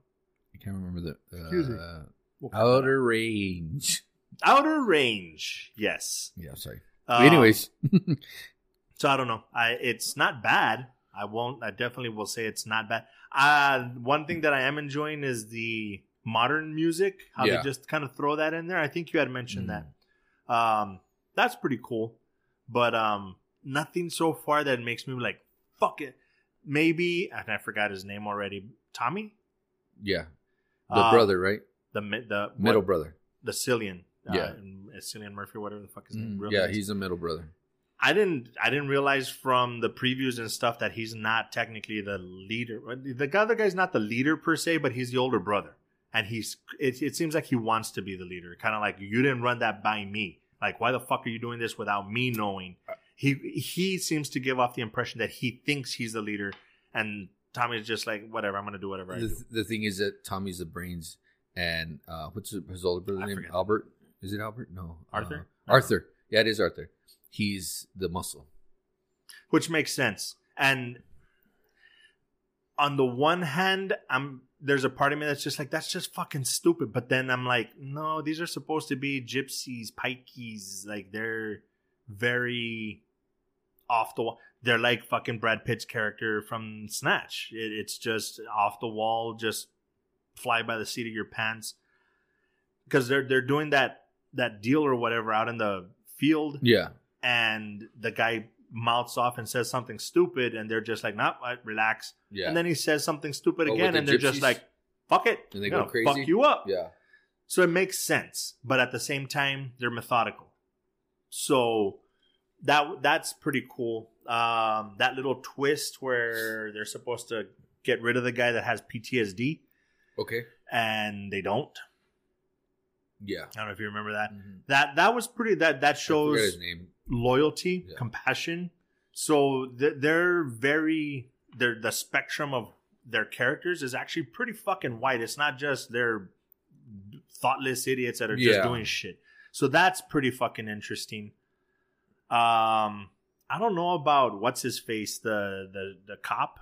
Speaker 3: I can't remember the
Speaker 1: Excuse me.
Speaker 3: uh, Outer Range.
Speaker 1: Outer Range. Yes.
Speaker 3: Yeah, I'm sorry.
Speaker 1: Um,
Speaker 3: Anyways,
Speaker 1: So I don't know. I it's not bad. I won't. I definitely will say it's not bad. Uh one thing that I am enjoying is the modern music. How
Speaker 3: Yeah.
Speaker 1: they just kind of throw that in there. I think you had mentioned that.
Speaker 3: Mm.
Speaker 1: Um, that's pretty cool. But um, nothing so far that makes me like fuck it. Maybe and I forgot his name already. Tommy,
Speaker 3: yeah, the
Speaker 1: Uh,
Speaker 3: brother, right?
Speaker 1: the mi- the
Speaker 3: Middle
Speaker 1: what-
Speaker 3: brother.
Speaker 1: the Cillian,
Speaker 3: Yeah.
Speaker 1: uh, Cillian Murphy, whatever the fuck his name.
Speaker 3: Mm,
Speaker 1: real
Speaker 3: yeah,
Speaker 1: name is.
Speaker 3: he's the middle brother.
Speaker 1: I didn't I didn't realize from the previews and stuff that he's not technically the leader. The other guy's not the leader per se, but he's the older brother, and he's it, it seems like he wants to be the leader. Kind of like you didn't run that by me. Like why the fuck are you doing this without me knowing? He he seems to give off the impression that he thinks he's the leader, and Tommy's just like whatever. I'm gonna do whatever I
Speaker 3: The,
Speaker 1: do.
Speaker 3: th- the thing is that Tommy's the brains, and uh, what's his- his older brother
Speaker 1: I
Speaker 3: name?
Speaker 1: forget.
Speaker 3: Albert? Is it Albert? No,
Speaker 1: Arthur?
Speaker 3: Uh,
Speaker 1: No.
Speaker 3: Arthur. Yeah, it is Arthur. He's the muscle.
Speaker 1: which makes sense. And on the one hand, I'm there's a part of me that's just like that's just fucking stupid. But then I'm like, no, these are supposed to be gypsies, pikeys. Like they're very off the wall. They're like fucking Brad Pitt's character from Snatch. It, it's just off the wall, just fly by the seat of your pants. Because they're they're doing that that deal or whatever out in the field,
Speaker 3: Yeah,
Speaker 1: and the guy mouths off and says something stupid, and they're just like, "Nah, I- relax."
Speaker 3: yeah,
Speaker 1: And then he says something stupid
Speaker 3: Oh, with
Speaker 1: again,
Speaker 3: the
Speaker 1: and they're just
Speaker 3: gypsies?
Speaker 1: like, "Fuck it,"
Speaker 3: And they
Speaker 1: I'm
Speaker 3: go
Speaker 1: gonna
Speaker 3: crazy?
Speaker 1: fuck you up.
Speaker 3: yeah.
Speaker 1: So it makes sense, but at the same time, they're methodical. So that that's pretty cool. Um, that little twist where they're supposed to get rid of the guy that has PTSD
Speaker 3: Okay.
Speaker 1: and they don't.
Speaker 3: Yeah.
Speaker 1: I don't know if you remember that.
Speaker 3: Mhm.
Speaker 1: That that was pretty. That that
Speaker 3: I forgot
Speaker 1: shows
Speaker 3: his name.
Speaker 1: loyalty,
Speaker 3: Yeah.
Speaker 1: compassion. So th- they're very they're the spectrum of their characters is actually pretty fucking wide. It's not just they're thoughtless idiots that are just
Speaker 3: Yeah.
Speaker 1: doing shit. So that's pretty fucking interesting. Um, I don't know about what's his face the the the cop.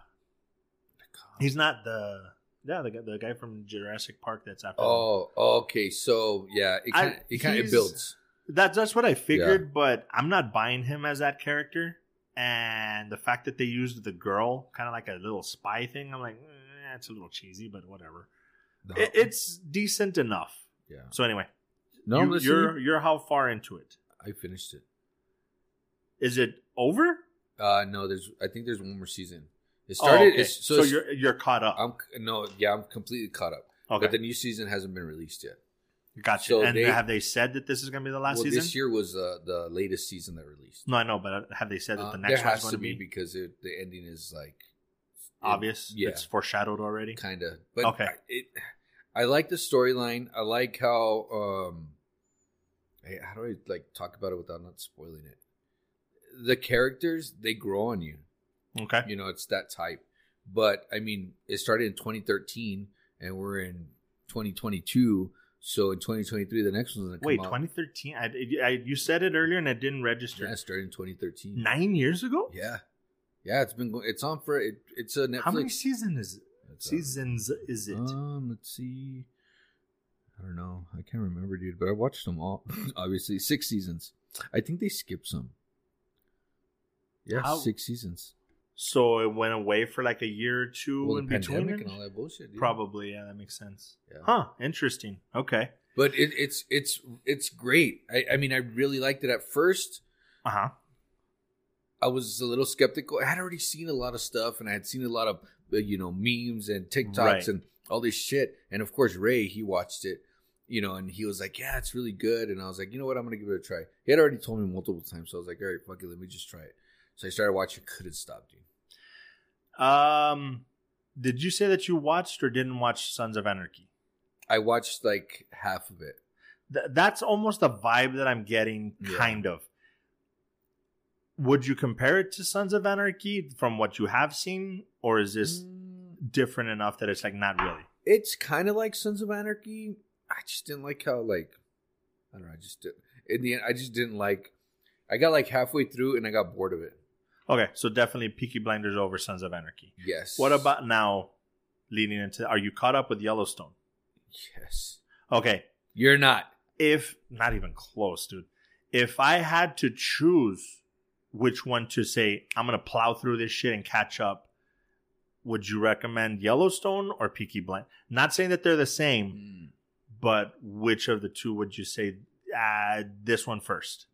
Speaker 1: He's not the yeah the guy, the guy from Jurassic Park that's after. him.
Speaker 3: Oh, okay. So yeah, it
Speaker 1: I-
Speaker 3: kind it kind
Speaker 1: he's-
Speaker 3: of builds.
Speaker 1: That's that's what I figured, but I'm not buying him as that character. And the fact that they used the girl kind of like a little spy thing, I'm like, eh, it's a little cheesy, but whatever.
Speaker 3: The-
Speaker 1: It, it's decent enough.
Speaker 3: yeah.
Speaker 1: So anyway,
Speaker 3: No,
Speaker 1: you,
Speaker 3: listen,
Speaker 1: you're you're how far into it?
Speaker 3: I finished it.
Speaker 1: Is it over?
Speaker 3: Uh no, there's I think there's one more season. It
Speaker 1: Oh,
Speaker 3: started.
Speaker 1: okay.
Speaker 3: it's, so
Speaker 1: so
Speaker 3: it's-
Speaker 1: you're you're caught up.
Speaker 3: I'm no, yeah, I'm completely caught up.
Speaker 1: okay,
Speaker 3: But the new season hasn't been released yet.
Speaker 1: gotcha.
Speaker 3: so
Speaker 1: and
Speaker 3: they-
Speaker 1: have they said that this is going to be the last
Speaker 3: well,
Speaker 1: season?
Speaker 3: this year was uh, the latest season that released.
Speaker 1: no, I know, but have they said that
Speaker 3: Uh,
Speaker 1: the
Speaker 3: there
Speaker 1: next one's
Speaker 3: has
Speaker 1: going
Speaker 3: to
Speaker 1: to
Speaker 3: be
Speaker 1: be,
Speaker 3: because it, the ending is like
Speaker 1: obvious?
Speaker 3: yeah.
Speaker 1: It's foreshadowed already.
Speaker 3: kind of. But
Speaker 1: Okay.
Speaker 3: I, it, I like the storyline. I like how. um hey, How do I like talk about it without not spoiling it? The characters they grow on you.
Speaker 1: Okay,
Speaker 3: You know, it's that type. But I mean, it started in 2013, and we're in 2022. So in 2023, the next one's gonna come
Speaker 1: wait,
Speaker 3: out.
Speaker 1: 2013. I, I you said it earlier and it didn't register.
Speaker 3: Yeah, it started in 2013.
Speaker 1: nine years ago.
Speaker 3: Yeah, yeah, it's been going. It's on for it. It's a Netflix.
Speaker 1: How many season is it?
Speaker 3: It's, uh,
Speaker 1: seasons is it?
Speaker 3: Um, let's see. I don't know. I can't remember, dude. But I watched them all. Obviously, six seasons. I think they skipped some. Yeah,
Speaker 1: How-
Speaker 3: six seasons.
Speaker 1: So it went away for like a year or two
Speaker 3: Well,
Speaker 1: in
Speaker 3: the pandemic
Speaker 1: between.
Speaker 3: and all that bullshit. dude.
Speaker 1: Probably, yeah, that makes sense.
Speaker 3: Yeah.
Speaker 1: Huh, interesting. Okay.
Speaker 3: But it, it's it's it's great. I, I mean, I really liked it at first.
Speaker 1: Uh huh.
Speaker 3: I was a little skeptical. I had already seen a lot of stuff, and I had seen a lot of uh, you know memes and TikToks
Speaker 1: Right.
Speaker 3: and all this shit. And of course, Ray he watched it, you know, and he was like, "Yeah, it's really good." And I was like, "You know what? I'm gonna give it a try." He had already told me multiple times, so I was like, "All right, fuck it, let me just try it." So I started watching. Couldn't stop, dude.
Speaker 1: Um, did you say that you watched or didn't watch Sons of Anarchy?
Speaker 3: I watched like half of it.
Speaker 1: Th- that's almost the vibe that I'm getting,
Speaker 3: Yeah.
Speaker 1: kind of. Would you compare it to Sons of Anarchy from what you have seen, or is this
Speaker 3: Mm,
Speaker 1: different enough that it's like not really?
Speaker 3: It's kind of like Sons of Anarchy. I just didn't like how like I don't know. I just did. In the end, I just didn't like. I got like halfway through and I got bored of it.
Speaker 1: Okay, so definitely Peaky Blinders over Sons of Anarchy.
Speaker 3: Yes.
Speaker 1: What about now? Leading into, are you caught up with Yellowstone?
Speaker 3: Yes.
Speaker 1: Okay,
Speaker 3: You're not.
Speaker 1: if not even close, dude. If I had to choose which one to say, I'm gonna plow through this shit and catch up, would you recommend Yellowstone or Peaky Blind? Not saying that they're the same, but which of the two would you say uh, this one first?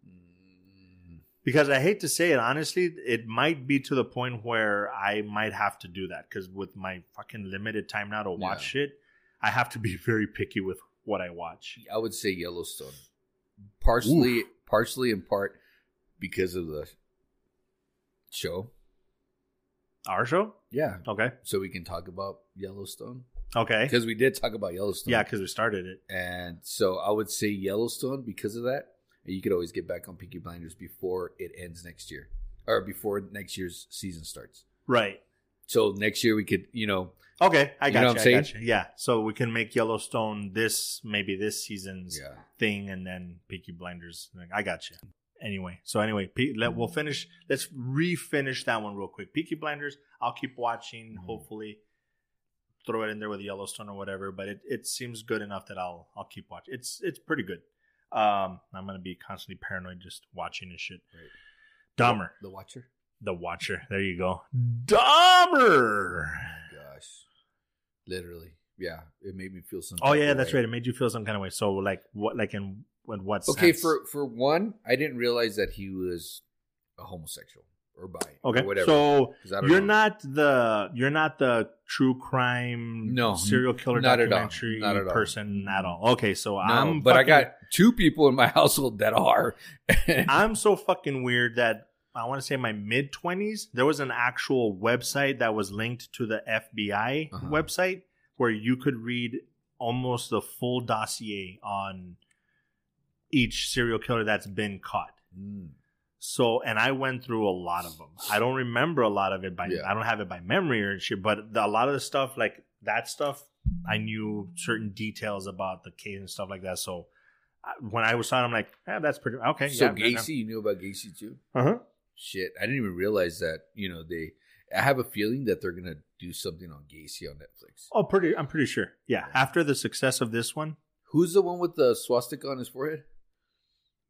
Speaker 1: Because I hate to say it, honestly, it might be to the point where I might have to do that. Because with my fucking limited time now to watch shit, I have to be very picky with what I watch.
Speaker 3: I would say Yellowstone, partially, partially in part because of the show.
Speaker 1: Our show?
Speaker 3: Yeah.
Speaker 1: Okay.
Speaker 3: So we can talk about Yellowstone
Speaker 1: Okay.
Speaker 3: because we did talk about Yellowstone.
Speaker 1: Eh. Yeah, because we started it.
Speaker 3: And so I would say Yellowstone because of that. And you could always get back on Peaky Blinders before it ends next year, or before next year's season starts.
Speaker 1: Right.
Speaker 3: So next year we could, you know,
Speaker 1: Okay, I
Speaker 3: You
Speaker 1: got
Speaker 3: know
Speaker 1: you.
Speaker 3: what
Speaker 1: I
Speaker 3: I'm
Speaker 1: got you. Yeah, so we can make Yellowstone this maybe this season's
Speaker 3: yeah,
Speaker 1: thing, and then Peaky Blinders. Like, I got you. Anyway, so anyway, Pe- let
Speaker 3: Mm-hmm.
Speaker 1: we'll finish. Let's refinish that one real quick. Peaky Blinders. I'll keep watching.
Speaker 3: Mhm.
Speaker 1: Hopefully, throw it in there with Yellowstone or whatever. But it, it seems good enough that I'll I'll keep watching. It's it's pretty good. Um, I'm gonna be constantly paranoid just watching and shit.
Speaker 3: Right.
Speaker 1: Dahmer,
Speaker 3: The Watcher.
Speaker 1: the Watcher. There you go. Dahmer.
Speaker 3: Gosh, literally, yeah, it made me feel something.
Speaker 1: Oh yeah, that's right. It made you feel some kind of way. So like what like in in what sense?
Speaker 3: Okay, for for one, I didn't realize that he was a homosexual or bi
Speaker 1: okay.
Speaker 3: or whatever.
Speaker 1: So
Speaker 3: 'Cause I don't
Speaker 1: you're
Speaker 3: know.
Speaker 1: not the you're not the true crime
Speaker 3: No,
Speaker 1: serial killer
Speaker 3: not at all.
Speaker 1: documentary
Speaker 3: Not at all.
Speaker 1: person at all. Okay, so
Speaker 3: No,
Speaker 1: I'm
Speaker 3: but I
Speaker 1: fucking-
Speaker 3: got two people in my household that are. Hmm.
Speaker 1: I'm so fucking weird that I want to say my mid 20s, there was an actual website that was linked to the FBI
Speaker 3: Uh-huh.
Speaker 1: website where you could read almost the full dossier on each serial killer that's been caught.
Speaker 3: Mm.
Speaker 1: So, and I went through a lot of them. I don't remember a lot of it by,
Speaker 3: Yeah.
Speaker 1: I don't have it by memory or shit, but the, a lot of the stuff, like that stuff, I knew certain details about the case and stuff like that. So I, when I was on, I'm like, yeah, that's pretty, okay.
Speaker 3: so
Speaker 1: yeah,
Speaker 3: Gacy, you knew about Gacy too?
Speaker 1: Uh huh.
Speaker 3: Shit, I didn't even realize that. You know, they. I have a feeling that they're gonna do something on Gacy on Netflix.
Speaker 1: Oh, pretty. I'm pretty sure. Yeah. After the success of this one,
Speaker 3: Who's the one with the swastika on his forehead?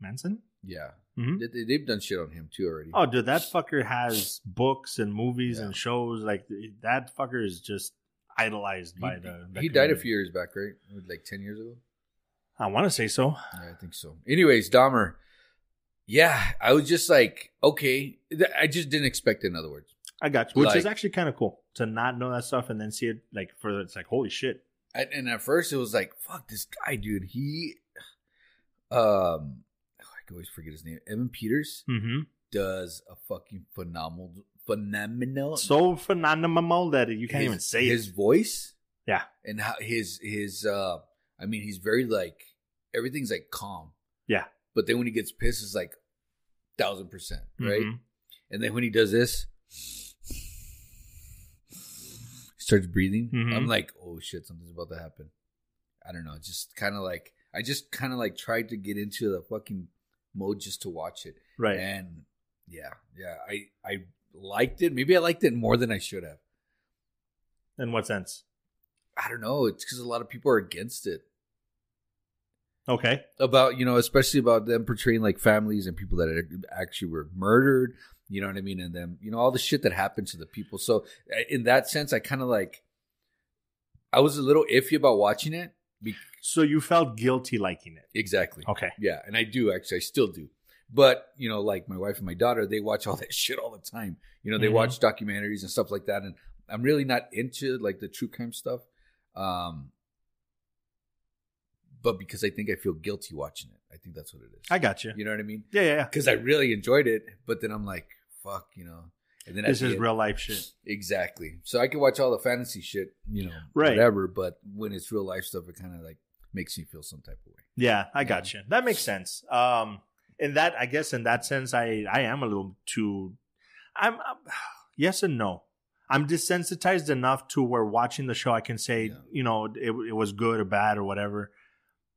Speaker 1: Manson.
Speaker 3: Yeah,
Speaker 1: Mhm.
Speaker 3: they, they, have done shit on him too already.
Speaker 1: Oh, dude, that fucker has books and movies
Speaker 3: Yeah.
Speaker 1: and shows. Like that fucker is just idolized
Speaker 3: he,
Speaker 1: by the. the
Speaker 3: he died a
Speaker 1: community.
Speaker 3: few years back, right? Like ten years ago.
Speaker 1: I want to say so.
Speaker 3: Yeah, I think so. Anyways, Dahmer. Yeah, I was just like, okay, Th- I just didn't expect it. In other words,
Speaker 1: I got you. Which is
Speaker 3: Like-
Speaker 1: actually kind of cool to not know that stuff and then see it like further. It's like holy shit.
Speaker 3: I, and at first it was like, fuck this guy, dude. He, um, oh, I can always forget his name. Evan Peters
Speaker 1: Mm-hmm.
Speaker 3: does a fucking phenomenal, phenomenal.
Speaker 1: So phenomenal that you can't
Speaker 3: his-
Speaker 1: even say
Speaker 3: his
Speaker 1: it.
Speaker 3: voice.
Speaker 1: Yeah.
Speaker 3: and how his his uh, I mean, he's very like everything's like calm.
Speaker 1: Yeah.
Speaker 3: but then when he gets pissed, it's like thousand percent, right?
Speaker 1: Mhm.
Speaker 3: And then when he does this, he starts breathing.
Speaker 1: Mhm.
Speaker 3: I'm like, oh shit, something's about to happen. I don't know. Just kind of like, I just kind of like tried to get into the fucking mode just to watch it.
Speaker 1: Right.
Speaker 3: And yeah, yeah, I I liked it. Maybe I liked it more than I should have.
Speaker 1: In what sense?
Speaker 3: I don't know. It's because a lot of people are against it.
Speaker 1: Okay.
Speaker 3: About you know, especially about them portraying like families and people that ac- actually were murdered You know what I mean? And them, you know, all the shit that happened to the people. So I- in that sense, I kind of like, I was a little iffy about watching it. Be-
Speaker 1: So you felt guilty liking it.
Speaker 3: exactly.
Speaker 1: Okay.
Speaker 3: Yeah, and I do actually. I still do. But you know, like my wife and my daughter, they watch all that shit all the time. You know, they
Speaker 1: Mhm.
Speaker 3: watch documentaries and stuff like that. And I'm really not into like the true crime stuff. Um, but because I think I feel guilty watching it, I think that's what it is.
Speaker 1: I got you.
Speaker 3: you know what I mean?
Speaker 1: Yeah, yeah, yeah.
Speaker 3: Because I really enjoyed it, but then I'm like, fuck, you know. And then at
Speaker 1: This
Speaker 3: the
Speaker 1: is
Speaker 3: end-
Speaker 1: real life shit.
Speaker 3: Exactly. So I can watch all the fantasy shit, you know,
Speaker 1: Right.
Speaker 3: whatever. But when it's real life stuff, it kind of like makes me feel some type of way.
Speaker 1: Yeah, I
Speaker 3: Yeah.
Speaker 1: got you. That makes sense. Um, in that, I guess, in that sense, I I am a little too. I'm, i yes and no. I'm desensitized enough to where watching the show, I can say,
Speaker 3: Yeah.
Speaker 1: you know, it, it was good or bad or whatever.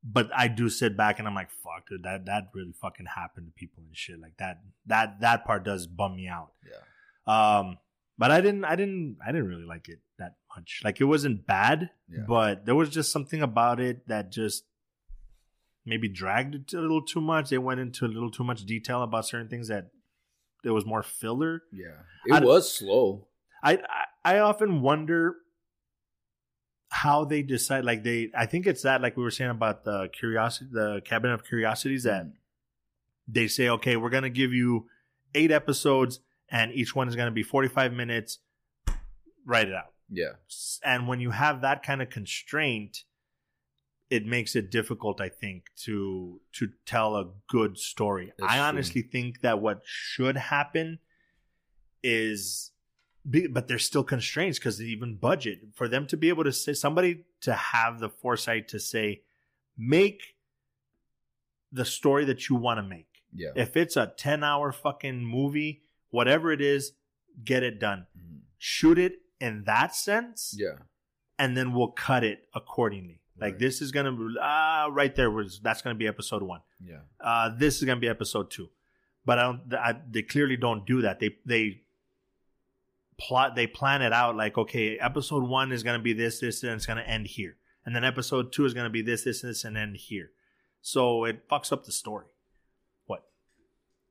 Speaker 1: But I do sit back and I'm like, fuck, dude, that that really fucking happened to people and shit like that. That that part does bum me out.
Speaker 3: Yeah.
Speaker 1: Um, but I didn't, I didn't, I didn't really like it that much. Like it wasn't bad,
Speaker 3: Yeah.
Speaker 1: but there was just something about it that just maybe dragged it a little too much. They went into a little too much detail about certain things that there was more filler.
Speaker 3: Yeah.
Speaker 1: I
Speaker 3: It
Speaker 1: d-
Speaker 3: was slow.
Speaker 1: I, I, I often wonder how they decide. Like they, I think it's that, like we were saying about the curiosity, the cabinet of curiosities that they say, okay, we're going to give you eight episodes and each one is going to be 45 minutes. Write it out.
Speaker 3: Yeah.
Speaker 1: S- And when you have that kind of constraint, it makes it difficult, I think, to to tell a good story.
Speaker 3: That's
Speaker 1: I
Speaker 3: true.
Speaker 1: honestly think that what should happen is, be- but there's still constraints because even budget for them to be able to say somebody to have the foresight to say, make the story that you want to make.
Speaker 3: Yeah.
Speaker 1: If it's a 10 hour fucking movie, whatever it is, get it done.
Speaker 3: Mhm.
Speaker 1: Shoot it in that sense,
Speaker 3: Yeah.
Speaker 1: and then we'll cut it accordingly. Like
Speaker 3: Right.
Speaker 1: this is gonna ah right there was that's gonna be episode one.
Speaker 3: Yeah.
Speaker 1: Uh, this is gonna be episode two, but I don't. I, they clearly don't do that. They they plot they plan it out like okay, episode one is gonna be this this and it's gonna end here, and then episode two is gonna be this this this and end here. So it fucks up the story. What?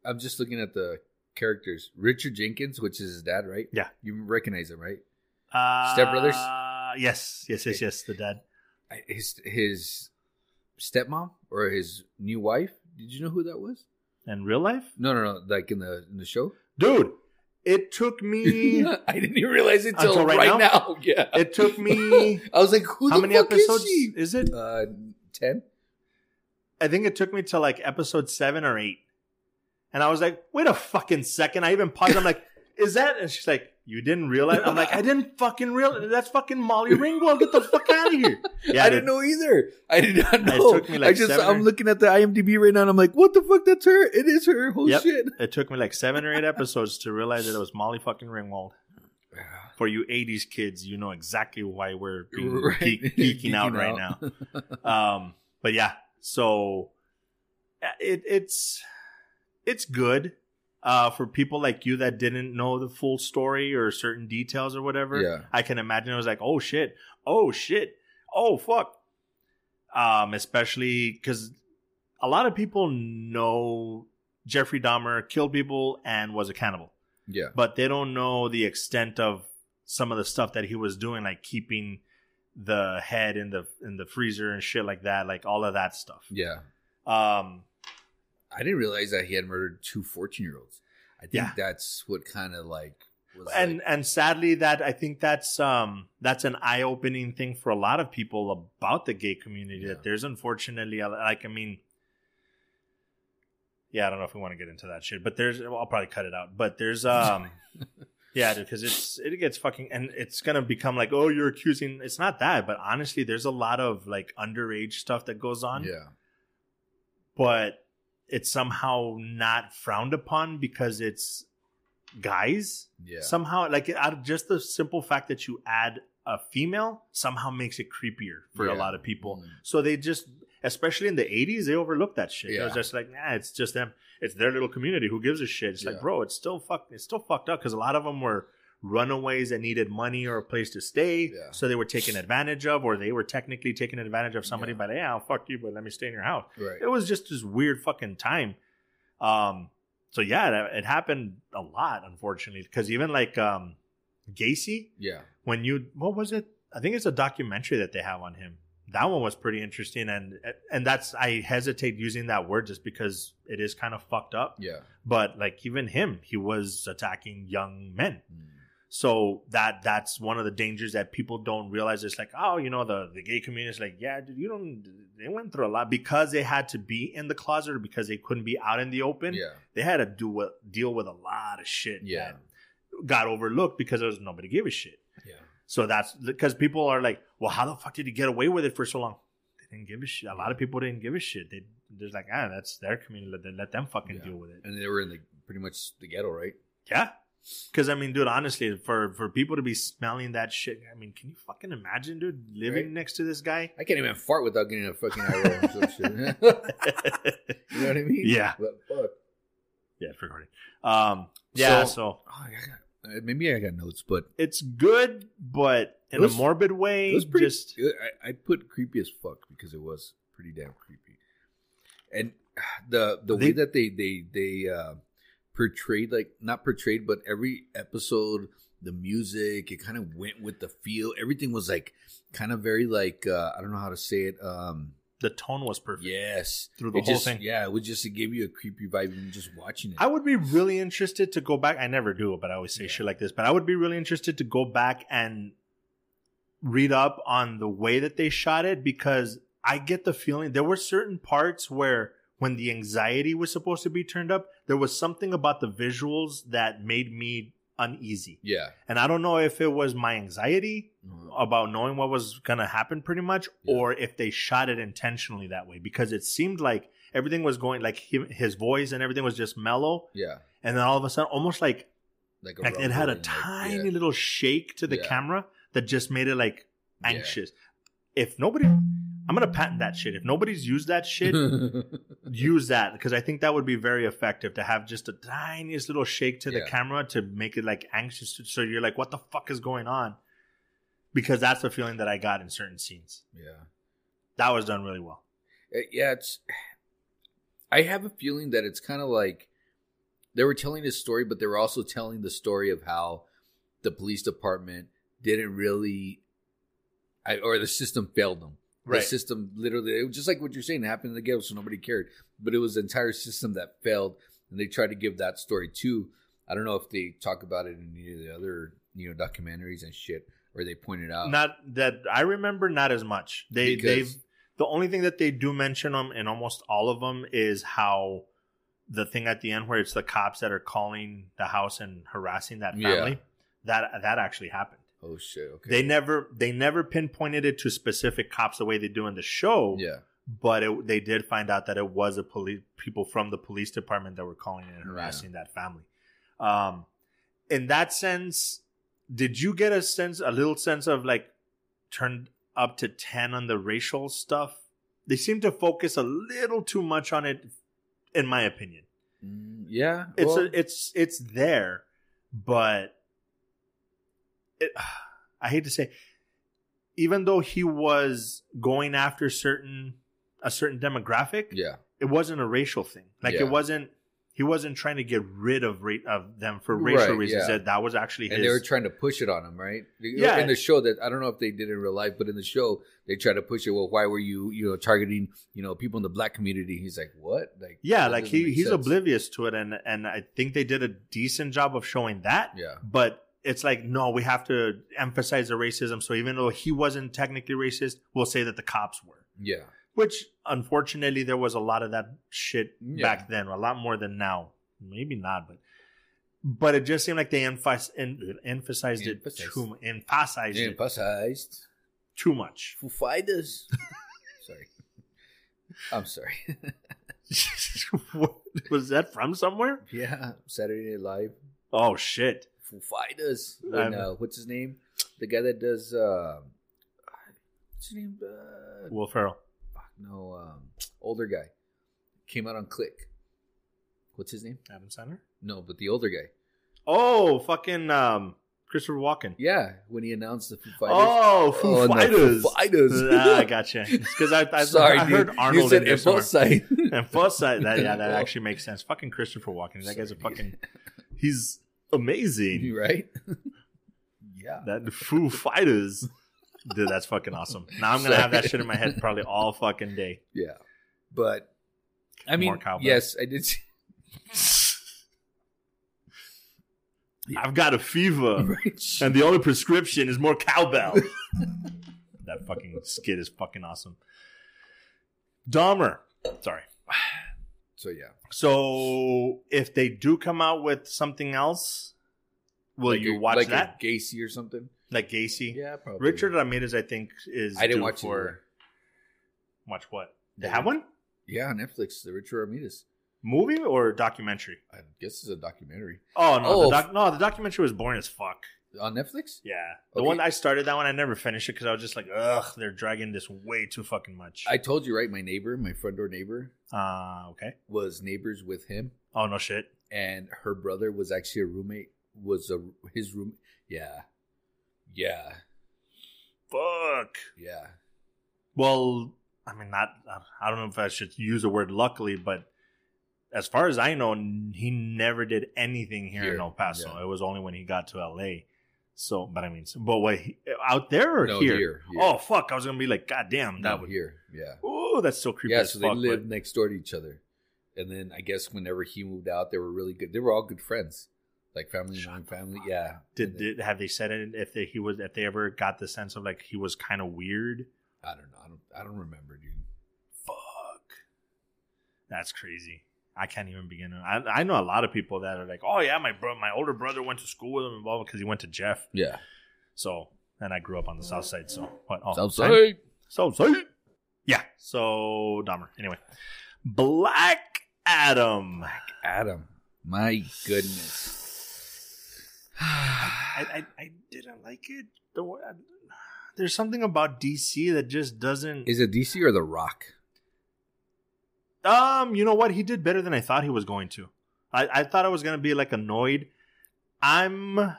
Speaker 3: I'm just looking at the characters. Richard Jenkins, which is his dad, right?
Speaker 1: Yeah.
Speaker 3: You recognize him, right?
Speaker 1: Uh,
Speaker 3: Step Brothers?
Speaker 1: Yes, yes, yes, yes. The dad.
Speaker 3: I- His his stepmom or his new wife. Did you know who that was?
Speaker 1: In real life,
Speaker 3: No, no, no. Like in the in the show.
Speaker 1: dude, it took me.
Speaker 3: I didn't even realize it till
Speaker 1: Until
Speaker 3: right,
Speaker 1: right
Speaker 3: now?
Speaker 1: now?
Speaker 3: Yeah.
Speaker 1: It took me.
Speaker 3: I was like, who
Speaker 1: how
Speaker 3: the
Speaker 1: many
Speaker 3: fuck
Speaker 1: episodes
Speaker 3: is she?
Speaker 1: is it?
Speaker 3: Uh, ten.
Speaker 1: I think it took me to like episode seven or eight, and I was like, "Wait a fucking second! I even paused. I'm like, "Is that?" And she's like, "You didn't realize?" I'm like, "I didn't fucking realize. That's fucking Molly Ringwald. Get the fuck out of here!" Yeah,
Speaker 3: I
Speaker 1: dude.
Speaker 3: didn't know either. I did not know.
Speaker 1: took me like
Speaker 3: I just
Speaker 1: seven
Speaker 3: I'm
Speaker 1: or-
Speaker 3: looking at the IMDb right now and I'm like, what the fuck? That's her. It is her. Holy
Speaker 1: Yep.
Speaker 3: shit.
Speaker 1: It took me like seven or eight episodes to realize that it was Molly fucking Ringwald. For you '80s kids, you know exactly why we're being
Speaker 3: Right.
Speaker 1: geek- geeking out right now. um but yeah so uh, it it's it's good uh for people like you that didn't know the full story or certain details or whatever
Speaker 3: Yeah.
Speaker 1: i can imagine it was like oh shit oh shit oh fuck um especially because a lot of people know jeffrey dahmer killed people and was a cannibal
Speaker 3: Yeah.
Speaker 1: but they don't know the extent of some of the stuff that he was doing, like keeping the head in the in the freezer and shit like that, like all of that stuff.
Speaker 3: Yeah.
Speaker 1: Um,
Speaker 3: I didn't realize that he had murdered two 14 year olds. I think
Speaker 1: Yeah.
Speaker 3: that's what kind of like was
Speaker 1: and
Speaker 3: like-
Speaker 1: and sadly, that I think that's um that's an eye opening thing for a lot of people about the gay community.
Speaker 3: Yeah.
Speaker 1: That there's unfortunately, a- like I mean, yeah, I don't know if we want to get into that shit, but there's I'll probably cut it out. But there's um. Yeah, because it's it gets fucking and it's gonna become like, oh, you're accusing. It's not that, but honestly, there's a lot of like underage stuff that goes on,
Speaker 3: yeah.
Speaker 1: but it's somehow not frowned upon because it's guys.
Speaker 3: Yeah.
Speaker 1: Somehow, like out of just the simple fact that you add a female somehow makes it creepier for
Speaker 3: Yeah.
Speaker 1: a lot of people.
Speaker 3: Mm.
Speaker 1: So they just, especially in the '80s, they overlooked that shit. It was
Speaker 3: Yeah.
Speaker 1: just like, nah, it's just them. It's their little community. Who gives a shit? It's
Speaker 3: Yeah.
Speaker 1: like, bro, it's still fucked. It's still fucked up because a lot of them were runaways that needed money or a place to stay.
Speaker 3: Yeah.
Speaker 1: So they were taken advantage of, or they were technically taken advantage of somebody
Speaker 3: Yeah.
Speaker 1: by, yeah, I'll fuck you, but let me stay in your house.
Speaker 3: Right.
Speaker 1: It was just this weird fucking time. Um, so yeah, that- it happened a lot, unfortunately, because even like um, Gacy,
Speaker 3: Yeah.
Speaker 1: when you what was it? I think it's a documentary that they have on him. That one was pretty interesting, and and that's I hesitate using that word just because it is kind of fucked up.
Speaker 3: Yeah.
Speaker 1: But like even him, he was attacking young men.
Speaker 3: Mm,
Speaker 1: So that that's one of the dangers that people don't realize. It's like, oh, you know, the, the gay community is like, yeah, dude, you don't. They went through a lot because they had to be in the closet or because they couldn't be out in the open.
Speaker 3: Yeah.
Speaker 1: They had to do what deal with a lot of shit.
Speaker 3: Yeah.
Speaker 1: that got overlooked because there was nobody gave a shit.
Speaker 3: Yeah.
Speaker 1: So that's because people are like, well, how the fuck did he get away with it for so long? They didn't give a shit. A lot of people didn't give a shit. They they're like, ah, that's their community. Let, let them fucking
Speaker 3: Yeah.
Speaker 1: deal with it.
Speaker 3: And they were in the pretty much the ghetto, right?
Speaker 1: Yeah. Because I mean, dude, honestly, for for people to be smelling that shit, I mean, can you fucking imagine, dude, living
Speaker 3: Right.
Speaker 1: next to this guy?
Speaker 3: I can't even fart without getting a fucking eye roll. or some shit. you know what I mean?
Speaker 1: Yeah.
Speaker 3: But fuck. Oh,
Speaker 1: yeah, it's recording. Um, yeah, so,
Speaker 3: So- Oh, I got, uh, maybe I got notes, but
Speaker 1: it's good, but in
Speaker 3: It was-
Speaker 1: a morbid way,
Speaker 3: it was pretty.
Speaker 1: just
Speaker 3: I, I put creepy as fuck because it was pretty damn creepy, and the the way
Speaker 1: They-
Speaker 3: that they they they uh, portrayed like not portrayed, but every episode, the music, it kind of went with the feel. Everything was like kind of very like uh, I don't know how to say it. Um,
Speaker 1: the tone was perfect.
Speaker 3: yes,
Speaker 1: Through the
Speaker 3: It
Speaker 1: whole
Speaker 3: just-
Speaker 1: thing.
Speaker 3: Yeah, it would just give you a creepy vibe even just watching it.
Speaker 1: I would be really interested to go back. I never do, but I always say
Speaker 3: Yeah.
Speaker 1: shit like this. But I would be really interested to go back and read up on the way that they shot it because I get the feeling there were certain parts where when the anxiety was supposed to be turned up, there was something about the visuals that made me uneasy.
Speaker 3: yeah,
Speaker 1: And I don't know if it was my anxiety about knowing what was going to happen pretty much
Speaker 3: Yeah.
Speaker 1: or if they shot it intentionally that way because it seemed like everything was going like him, his voice and everything was just mellow
Speaker 3: yeah,
Speaker 1: and then all of a sudden almost like
Speaker 3: like,
Speaker 1: like it had a
Speaker 3: rumbling, like,
Speaker 1: tiny
Speaker 3: yeah.
Speaker 1: little shake to the
Speaker 3: Yeah.
Speaker 1: camera that just made it like
Speaker 3: Yeah.
Speaker 1: anxious if nobody i'm gonna patent that shit if nobody's used that shit use that because i think that would be very effective to have just the tiniest little shake to the
Speaker 3: Yeah.
Speaker 1: camera to make it like anxious so you're like what the fuck is going on because that's the feeling that i got in certain scenes
Speaker 3: yeah.
Speaker 1: that was done really well
Speaker 3: Uh, yeah, it's. I have a feeling that it's kind of like they were telling this story, but they were also telling the story of how the police department didn't really, I, or the system failed them. The system literally, it was just like what you're saying, it happened in the ghetto, so nobody cared. But it was the entire system that failed, and they tried to give that story too. I don't know if they talk about it in any of the other, you know, documentaries and shit, or they point it out.
Speaker 1: not that I remember not as much. They
Speaker 3: Oh. Because-
Speaker 1: they've the only thing that they do mention them in almost all of them is how the thing at the end where it's the cops that are calling the house and harassing that
Speaker 3: Yeah.
Speaker 1: family that that actually happened.
Speaker 3: oh shit, okay,
Speaker 1: They never they never pinpointed it to specific cops the way they do in the show.
Speaker 3: yeah,
Speaker 1: But it, they did find out that it was a police people from the police department that were calling and harassing that family. Um, in that sense, did you get a sense, a little sense of like turned up to ten on the racial stuff? They seem to focus a little too much on it, in my opinion.
Speaker 3: Mm, yeah.
Speaker 1: It's
Speaker 3: well-
Speaker 1: a, it's it's there, but it, I hate to say, even though he was going after certain a certain demographic,
Speaker 3: yeah.
Speaker 1: it wasn't a racial thing. Like
Speaker 3: Yeah.
Speaker 1: it wasn't. He wasn't trying to get rid of ra- of them for racial
Speaker 3: Right,
Speaker 1: reasons.
Speaker 3: yeah.
Speaker 1: That that was actually his.
Speaker 3: and they were trying to push it on him, right?
Speaker 1: Yeah.
Speaker 3: In the show, that I don't know if they did it in real life, but in the show, they tried to push it. Well, why were you, you know, targeting, you know, people in the black community? He's like, what? Like,
Speaker 1: yeah,
Speaker 3: that
Speaker 1: like
Speaker 3: doesn't
Speaker 1: he
Speaker 3: make
Speaker 1: he's
Speaker 3: sense.
Speaker 1: oblivious to it, and and I think they did a decent job of showing that.
Speaker 3: Yeah,
Speaker 1: But it's like no, we have to emphasize the racism. So even though he wasn't technically racist, we'll say that the cops were.
Speaker 3: yeah,
Speaker 1: Which unfortunately there was a lot of that shit
Speaker 3: Yeah.
Speaker 1: back then, a lot more than now. Maybe not, but but it just seemed like they emphasized en- emphasized it
Speaker 3: Emphasized.
Speaker 1: too emphasized it
Speaker 3: emphasized
Speaker 1: too much.
Speaker 3: Foo Fighters. sorry, I'm sorry.
Speaker 1: What- was that from somewhere?
Speaker 3: yeah, Saturday Night Live,
Speaker 1: Oh shit!
Speaker 3: Foo Fighters.
Speaker 1: I'm-
Speaker 3: And, uh, what's his name? The guy that does. uh What's his name? Uh,
Speaker 1: Will Ferrell.
Speaker 3: fuck, no, um, older guy came out on Click. What's his name?
Speaker 1: Adam Sandler.
Speaker 3: No, but the older guy.
Speaker 1: Oh fucking um, Christopher Walken.
Speaker 3: Yeah, when he announced the Foo Fighters.
Speaker 1: Oh, Foo
Speaker 3: Oh, no,
Speaker 1: Fighters.
Speaker 3: Foo Fighters.
Speaker 1: ah, I gotcha. It's because I, I,
Speaker 3: Sorry,
Speaker 1: I heard
Speaker 3: dude.
Speaker 1: Arnold
Speaker 3: you said
Speaker 1: in there
Speaker 3: both
Speaker 1: somewhere.
Speaker 3: side.
Speaker 1: And plus, that, that yeah, that actually makes sense. Fucking Christopher Walken. That guy's a fucking. He's amazing.
Speaker 3: right? yeah.
Speaker 1: That Foo Fighters. Dude, that's fucking awesome. Now I'm gonna have that shit in my head probably all fucking day.
Speaker 3: Yeah. But
Speaker 1: More
Speaker 3: I mean,
Speaker 1: cowbell.
Speaker 3: yes, I did. See,
Speaker 1: I've got a fever,
Speaker 3: right?
Speaker 1: Uh, and the only prescription is more cowbell. that fucking skit is fucking awesome. Dahmer. Sorry.
Speaker 3: So yeah,
Speaker 1: So if they do come out with something else, will
Speaker 3: Like
Speaker 1: you
Speaker 3: a-
Speaker 1: watch
Speaker 3: like a
Speaker 1: that?
Speaker 3: Gacy or something?
Speaker 1: like Gacy,
Speaker 3: Yeah, probably.
Speaker 1: Richard Ramirez, I think is.
Speaker 3: I didn't
Speaker 1: due
Speaker 3: watch it
Speaker 1: for-
Speaker 3: either.
Speaker 1: Watch what? They have one
Speaker 3: Yeah, on Netflix, the Richard Ramirez.
Speaker 1: movie or documentary?
Speaker 3: I guess it's a documentary
Speaker 1: Oh no,
Speaker 3: Oh,
Speaker 1: the doc- no, the documentary was boring as fuck.
Speaker 3: on Netflix.
Speaker 1: Yeah, the
Speaker 3: Okay.
Speaker 1: one I started that one, I never finished it because I was just like, ugh, they're dragging this way too fucking much.
Speaker 3: I told you right. My neighbor, my friend or neighbor,
Speaker 1: uh okay.
Speaker 3: was neighbors with him,
Speaker 1: Oh no, shit.
Speaker 3: and her brother was actually a roommate. Was a his room? Yeah, yeah,
Speaker 1: Fuck.
Speaker 3: yeah.
Speaker 1: Well, I mean, not. I don't know if I should use the word luckily, but as far as I know, n- he never did anything here,
Speaker 3: Here,
Speaker 1: in El Paso.
Speaker 3: yeah.
Speaker 1: It was only when he got to LA. So, but I mean, so- but what he, out there or
Speaker 3: No,
Speaker 1: here?
Speaker 3: here, here.
Speaker 1: Oh fuck! I was gonna be like, God damn, that
Speaker 3: No,
Speaker 1: would.
Speaker 3: here. Yeah,
Speaker 1: Oh, that's so creepy.
Speaker 3: yeah.
Speaker 1: as
Speaker 3: So
Speaker 1: fuck,
Speaker 3: they
Speaker 1: but-
Speaker 3: lived next door to each other, and then I guess whenever he moved out, they were really good. They were all good friends, like family, and family. Yeah.
Speaker 1: Did,
Speaker 3: And then-
Speaker 1: did have they said it if they, he was if they ever got the sense of like he was kind of weird?
Speaker 3: I don't know. I don't. I don't remember, dude.
Speaker 1: Fuck, that's crazy. I can't even begin. to- I I know a lot of people that are like, oh yeah, my bro, my older brother went to school with him and blah because he went to Jeff.
Speaker 3: Yeah.
Speaker 1: So and I grew up on the south side. So what? Oh,
Speaker 3: South
Speaker 1: same?
Speaker 3: Side.
Speaker 1: South side. Yeah. So Dahmer. Anyway, Black Adam.
Speaker 3: Adam. My goodness.
Speaker 1: I, I I didn't like it. The way- there's something about DC that just doesn't.
Speaker 3: Is it DC or The Rock?
Speaker 1: Um, you know what? He did better than I thought he was going to. I, I thought I was gonna be like annoyed. I'm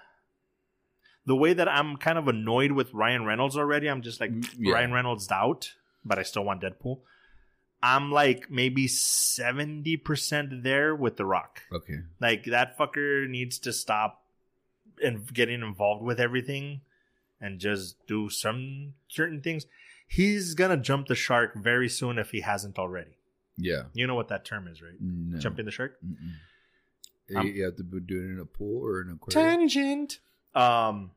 Speaker 1: the way that I'm kind of annoyed with Ryan Reynolds already. I'm just like
Speaker 3: Mm, yeah.
Speaker 1: Ryan Reynolds out, but I still want Deadpool. I'm like maybe seventy percent there with The Rock.
Speaker 3: Okay.
Speaker 1: Like that fucker needs to stop and getting involved with everything and just do some certain things. He's gonna jump the shark very soon if he hasn't already.
Speaker 3: Yeah.
Speaker 1: You know what that term is, right?
Speaker 3: No.
Speaker 1: Jumping the shark.
Speaker 3: Mm-mm.
Speaker 1: Um,
Speaker 3: you have to be doing it in a pool or in a aquarium.
Speaker 1: Tangent. Um,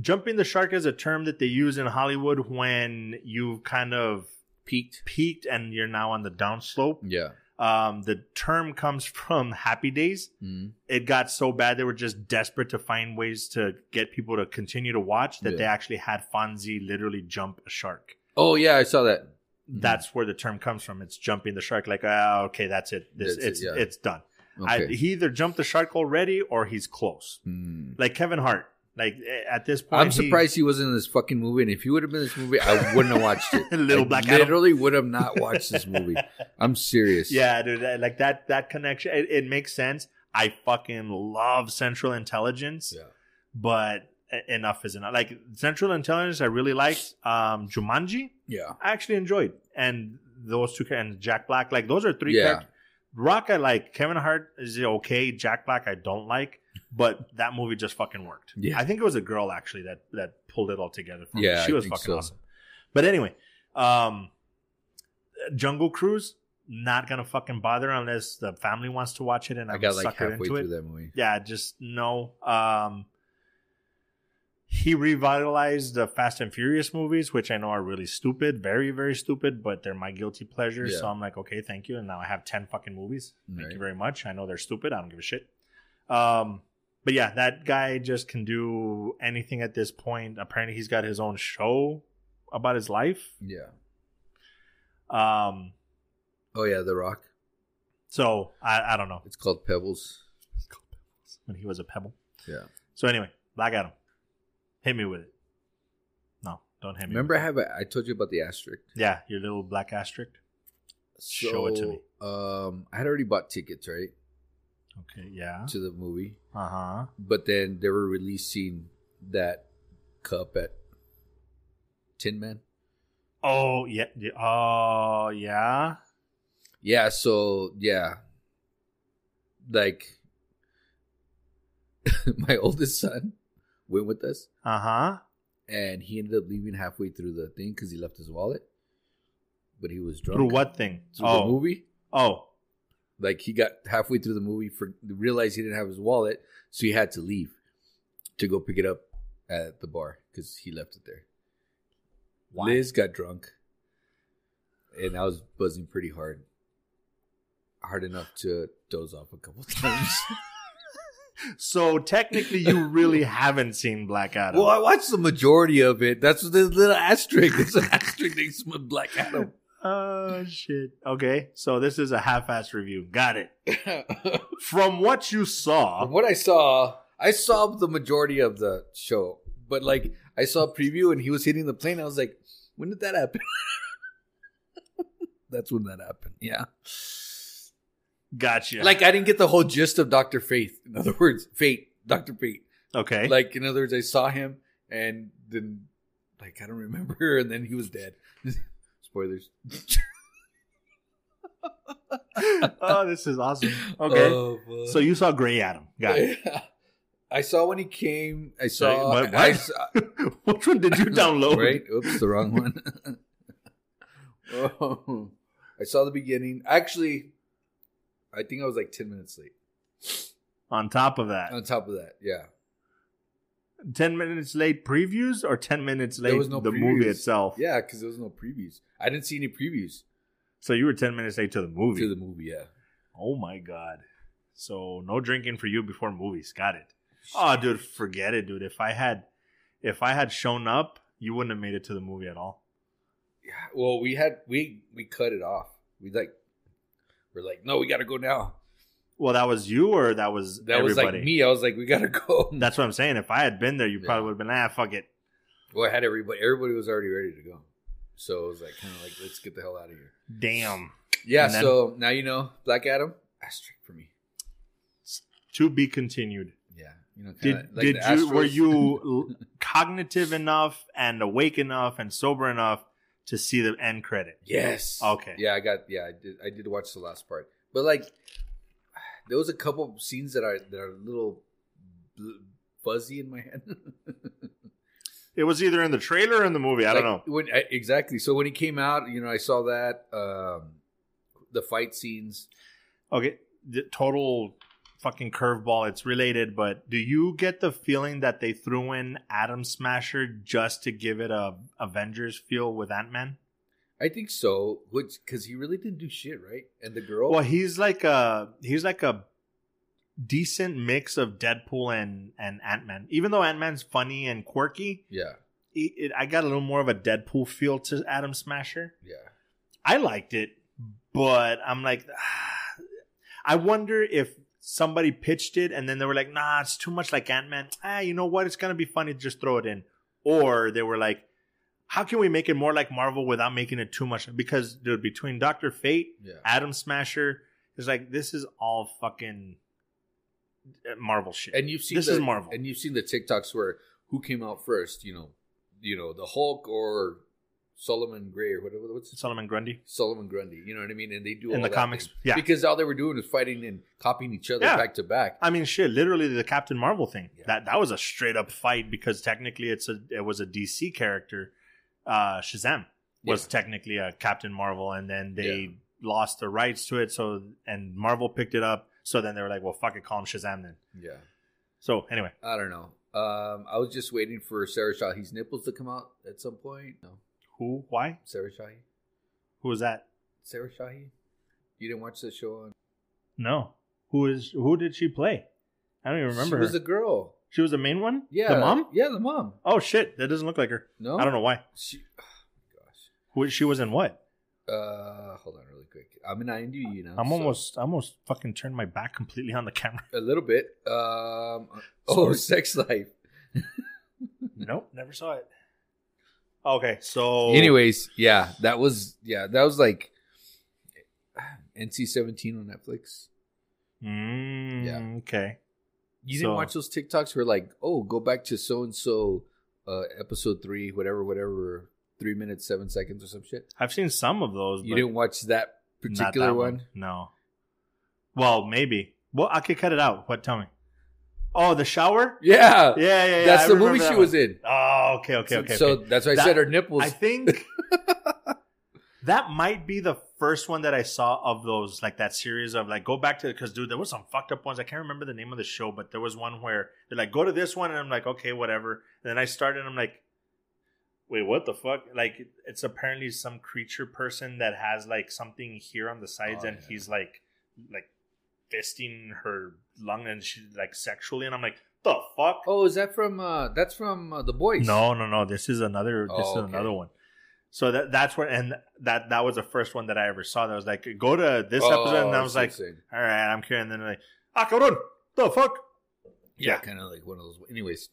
Speaker 1: jumping the shark is a term that they use in Hollywood when you've kind of
Speaker 3: Peaked.
Speaker 1: peaked and you're now on the downslope.
Speaker 3: Yeah.
Speaker 1: Um, the term comes from Happy Days.
Speaker 3: Mm.
Speaker 1: It got so bad they were just desperate to find ways to get people to continue to watch that
Speaker 3: Yeah.
Speaker 1: they actually had Fonzie literally jump a shark.
Speaker 3: Oh yeah, I saw that. Mhm.
Speaker 1: That's where the term comes from. It's jumping the shark. Like, ah, okay, that's it. This,
Speaker 3: That's it,
Speaker 1: it's
Speaker 3: yeah.
Speaker 1: it's done. I,
Speaker 3: Okay.
Speaker 1: he either jumped the shark already or he's close.
Speaker 3: Mm.
Speaker 1: like Kevin Hart. Like eh, at this point,
Speaker 3: I'm
Speaker 1: he-
Speaker 3: surprised he wasn't in this fucking movie. And if he would have been in this movie, I wouldn't have watched it.
Speaker 1: Little
Speaker 3: I
Speaker 1: Black Adam.
Speaker 3: literally would have not watched this movie. I'm serious.
Speaker 1: yeah, dude. that- Like that that connection, it, it makes sense. I fucking love Central Intelligence,
Speaker 3: Yeah.
Speaker 1: but e- enough is enough. Like Central Intelligence, I really liked. Um, Jumanji,
Speaker 3: Yeah.
Speaker 1: I actually enjoyed, and those two and Jack Black, like those are three.
Speaker 3: Yeah.
Speaker 1: characters. Rock, I like. Kevin Hart is okay. Jack Black, I don't like. But that movie just fucking worked.
Speaker 3: Yeah.
Speaker 1: I think it was a girl actually that that pulled it all together for
Speaker 3: Yeah,
Speaker 1: me. She
Speaker 3: I
Speaker 1: was
Speaker 3: think
Speaker 1: fucking
Speaker 3: so.
Speaker 1: awesome. But anyway, um, Jungle Cruise not gonna fucking bother unless the family wants to watch it and
Speaker 3: I
Speaker 1: I'm
Speaker 3: got like
Speaker 1: suckered
Speaker 3: halfway
Speaker 1: into
Speaker 3: through
Speaker 1: it.
Speaker 3: that movie.
Speaker 1: Yeah, just no. Um, he revitalized the Fast and Furious movies, which I know are really stupid, very very stupid, but they're my guilty pleasure.
Speaker 3: Yeah.
Speaker 1: So I'm like, okay, thank you, and now I have ten fucking movies. Thank
Speaker 3: Right.
Speaker 1: you very much. I know they're stupid. I don't give a shit. Um, but yeah, that guy just can do anything at this point. Apparently, he's got his own show about his life.
Speaker 3: Yeah.
Speaker 1: Um,
Speaker 3: Oh yeah, The Rock.
Speaker 1: so I, I don't know.
Speaker 3: It's called Pebbles.
Speaker 1: When he was a pebble.
Speaker 3: Yeah.
Speaker 1: So anyway, Black Adam, hit me with it. No, don't hit me.
Speaker 3: Remember,
Speaker 1: With
Speaker 3: I have a, I told you about the asterisk.
Speaker 1: it. Yeah, your little black asterisk. Show it to me.
Speaker 3: So, Um, I had already bought tickets, right,
Speaker 1: Okay. Yeah.
Speaker 3: to the movie,
Speaker 1: Uh huh.
Speaker 3: but then they were releasing that cup at Tin Man.
Speaker 1: Oh yeah. yeah, Oh yeah.
Speaker 3: Yeah, so yeah. Like my oldest son went with us
Speaker 1: Uh huh.
Speaker 3: and he ended up leaving halfway through the thing because he left his wallet. But he was drunk.
Speaker 1: Through what thing?
Speaker 3: Through the
Speaker 1: Oh,
Speaker 3: movie.
Speaker 1: oh,
Speaker 3: Like he got halfway through the movie for realized he didn't have his wallet, so he had to leave to go pick it up at the bar because he left it there.
Speaker 1: Wow.
Speaker 3: Liz got drunk, and I was buzzing pretty hard, hard enough to doze off a couple times.
Speaker 1: so technically, you really haven't seen Black Adam.
Speaker 3: well, I watched the majority of it. That's what this little asterisk. It's an asterisk next to Black Adam.
Speaker 1: Oh shit. Okay, so this is a half-assed review. Got it. From what you
Speaker 3: From
Speaker 1: saw,
Speaker 3: what I saw, I saw the majority of the show, but like I saw a preview and he was hitting the plane. I was like, when did that happen? That's when that happened. Yeah.
Speaker 1: gotcha.
Speaker 3: Like I didn't get the whole gist of Doctor Faith. In other words, Fate, Doctor Fate.
Speaker 1: okay,
Speaker 3: Like in other words, I saw him and then like I don't remember, and then he was dead. Spoilers.
Speaker 1: oh, this is awesome. Okay,
Speaker 3: Oh, fuck.
Speaker 1: so you saw Gray Adam. Got it.
Speaker 3: I saw when he came. I
Speaker 1: Sorry,
Speaker 3: saw.
Speaker 1: what- what?
Speaker 3: I saw
Speaker 1: Which one did you download?
Speaker 3: Right? Oops, the wrong one. oh, I saw the beginning. Actually, I think I was like 10 minutes late.
Speaker 1: On top of that,
Speaker 3: On top of that, yeah.
Speaker 1: ten minutes late previews or ten minutes late
Speaker 3: There was no
Speaker 1: the
Speaker 3: previews.
Speaker 1: movie itself.
Speaker 3: Yeah, because there was no previews. I didn't see any previews
Speaker 1: So you were ten minutes late to the movie.
Speaker 3: to the movie, yeah.
Speaker 1: Oh my god. So no drinking for you before movies. Got it. Oh dude, forget it, dude. If I had if I had shown up, you wouldn't have made it to the movie at all.
Speaker 3: Yeah, well, we had, we we cut it off. We like, we're like, no, we got to go now.
Speaker 1: Well, that was you or that was
Speaker 3: That was
Speaker 1: everybody.
Speaker 3: like me. I was like, we got to go.
Speaker 1: That's what I'm saying. If I had been there, you
Speaker 3: Yeah.
Speaker 1: probably would have been, ah, fuck it.
Speaker 3: Well, I had everybody, everybody was already ready to go. So it was like, kind of like, let's get the hell out of here.
Speaker 1: Damn.
Speaker 3: Yeah,
Speaker 1: And then-
Speaker 3: so now you know Black Adam, asterisk for me.
Speaker 1: To be continued.
Speaker 3: Yeah, you know,
Speaker 1: Did
Speaker 3: kinda
Speaker 1: did you
Speaker 3: the
Speaker 1: were
Speaker 3: Astros.
Speaker 1: you l- cognitive enough and awake enough and sober enough to see the end credit?
Speaker 3: yes.
Speaker 1: Okay.
Speaker 3: Yeah, I got. Yeah, I did. I did watch the last part, but like, there was a couple scenes that are that are a little bl- buzzy in my head.
Speaker 1: It was either in the trailer or in the movie. I don't know.
Speaker 3: When, I, exactly. So when he came out, you know, I saw that um the fight scenes.
Speaker 1: Okay, the total fucking curveball. It's related, but do you get the feeling that they threw in Atom Smasher just to give it a Avengers feel with Ant Man?
Speaker 3: I think so, which because he really didn't do shit, right? And the girl,
Speaker 1: Well, he's like a he's like a decent mix of Deadpool and and Ant Man. Even though Ant Man's funny and quirky,
Speaker 3: yeah,
Speaker 1: it, it, I got a little more of a Deadpool feel to Atom Smasher.
Speaker 3: yeah.
Speaker 1: I liked it, but I'm like, ah. I wonder if somebody pitched it and then they were like, nah, it's too much like Ant Man. Ah, you know what? It's gonna be funny. Just throw it in. Or they were like, how can we make it more like Marvel without making it too much? Because dude, between Doctor Fate,
Speaker 3: Yeah.
Speaker 1: Atom Smasher, it's like this is all fucking uh, Marvel shit.
Speaker 3: And you've seen
Speaker 1: This
Speaker 3: the,
Speaker 1: is Marvel.
Speaker 3: And you've seen the TikToks where who came out first? You know, you know the Hulk or Solomon Gray or whatever. What's his
Speaker 1: Solomon Grundy
Speaker 3: Solomon Grundy? You know what I mean? And they do
Speaker 1: in
Speaker 3: all
Speaker 1: the
Speaker 3: that
Speaker 1: comics.
Speaker 3: thing.
Speaker 1: Yeah,
Speaker 3: because all they were doing was fighting and copying each other
Speaker 1: Yeah.
Speaker 3: back to back.
Speaker 1: I mean, shit, literally the Captain Marvel thing.
Speaker 3: Yeah.
Speaker 1: That that was a straight up fight because technically it's a it was a DC character. Uh, Shazam was
Speaker 3: Yeah.
Speaker 1: technically a Captain Marvel, and then they lost the rights to it. So and Marvel picked it up. So then they were like, well, fuck it, call him Shazam then.
Speaker 3: Yeah,
Speaker 1: So anyway,
Speaker 3: I don't know. Um, I was just waiting for Sarah Shahi's nipples to come out at some point. No,
Speaker 1: who, why,
Speaker 3: Sarah Shahi.
Speaker 1: who was that?
Speaker 3: Sarah Shahi. You didn't watch the show on.
Speaker 1: No, who is who did she play? I don't even remember.
Speaker 3: She was
Speaker 1: her.
Speaker 3: a girl.
Speaker 1: she was the main one.
Speaker 3: Yeah,
Speaker 1: the mom.
Speaker 3: Yeah, the mom.
Speaker 1: Oh shit, that doesn't look like her.
Speaker 3: No,
Speaker 1: I don't know why.
Speaker 3: She, oh my gosh.
Speaker 1: Who she was in what?
Speaker 3: Uh, hold on, really quick. I'm in IMDb now.
Speaker 1: I'm
Speaker 3: so-
Speaker 1: almost, I almost fucking turned my back completely on the camera.
Speaker 3: a little bit. Um, oh,
Speaker 1: Sorry.
Speaker 3: sex life.
Speaker 1: Nope, never saw it. Okay, so
Speaker 3: Anyways, yeah, that was yeah, that was like NC-17 on Netflix.
Speaker 1: Mm,
Speaker 3: Yeah.
Speaker 1: okay.
Speaker 3: You didn't
Speaker 1: So-
Speaker 3: watch those TikToks where like, oh, go back to so and so, uh, episode three, whatever, whatever, three minutes seven seconds or some shit.
Speaker 1: I've seen some of those.
Speaker 3: You
Speaker 1: but
Speaker 3: didn't watch that
Speaker 1: Not
Speaker 3: particular
Speaker 1: that
Speaker 3: one.
Speaker 1: No. Well, maybe. Well, I could cut it out. What? Tell me. Oh, the shower.
Speaker 3: Yeah,
Speaker 1: Yeah, yeah, yeah.
Speaker 3: that's
Speaker 1: I
Speaker 3: the
Speaker 1: remember
Speaker 3: movie
Speaker 1: that
Speaker 3: she
Speaker 1: one.
Speaker 3: was in.
Speaker 1: Oh, okay, okay,
Speaker 3: So-
Speaker 1: okay.
Speaker 3: so
Speaker 1: okay.
Speaker 3: that's why I
Speaker 1: That-
Speaker 3: said her nipples.
Speaker 1: I think that might be the first one that I saw of those, like that series of like go back to because dude, there was some fucked up ones. I can't remember the name of the show, but there was one where they're like go to this one, and I'm like okay, whatever. And then I started, and I'm like, wait, what the fuck? Like it's apparently some creature person that has like something here on the sides,
Speaker 3: Oh,
Speaker 1: and
Speaker 3: yeah.
Speaker 1: he's like like fisting her lung and she like sexually, and I'm like the fuck.
Speaker 3: oh, is that from? uh That's from uh, the boys.
Speaker 1: No, no, no. This is another. This
Speaker 3: Oh,
Speaker 1: is
Speaker 3: okay.
Speaker 1: another one. So that that's where and that that was the first one that I ever saw. That was like go to this
Speaker 3: Oh,
Speaker 1: episode, and I was
Speaker 3: see what
Speaker 1: like,
Speaker 3: you're saying.
Speaker 1: all right, I'm curious. And then like, ah, cabrón, the fuck.
Speaker 3: yeah, kind of like one of those. Anyways,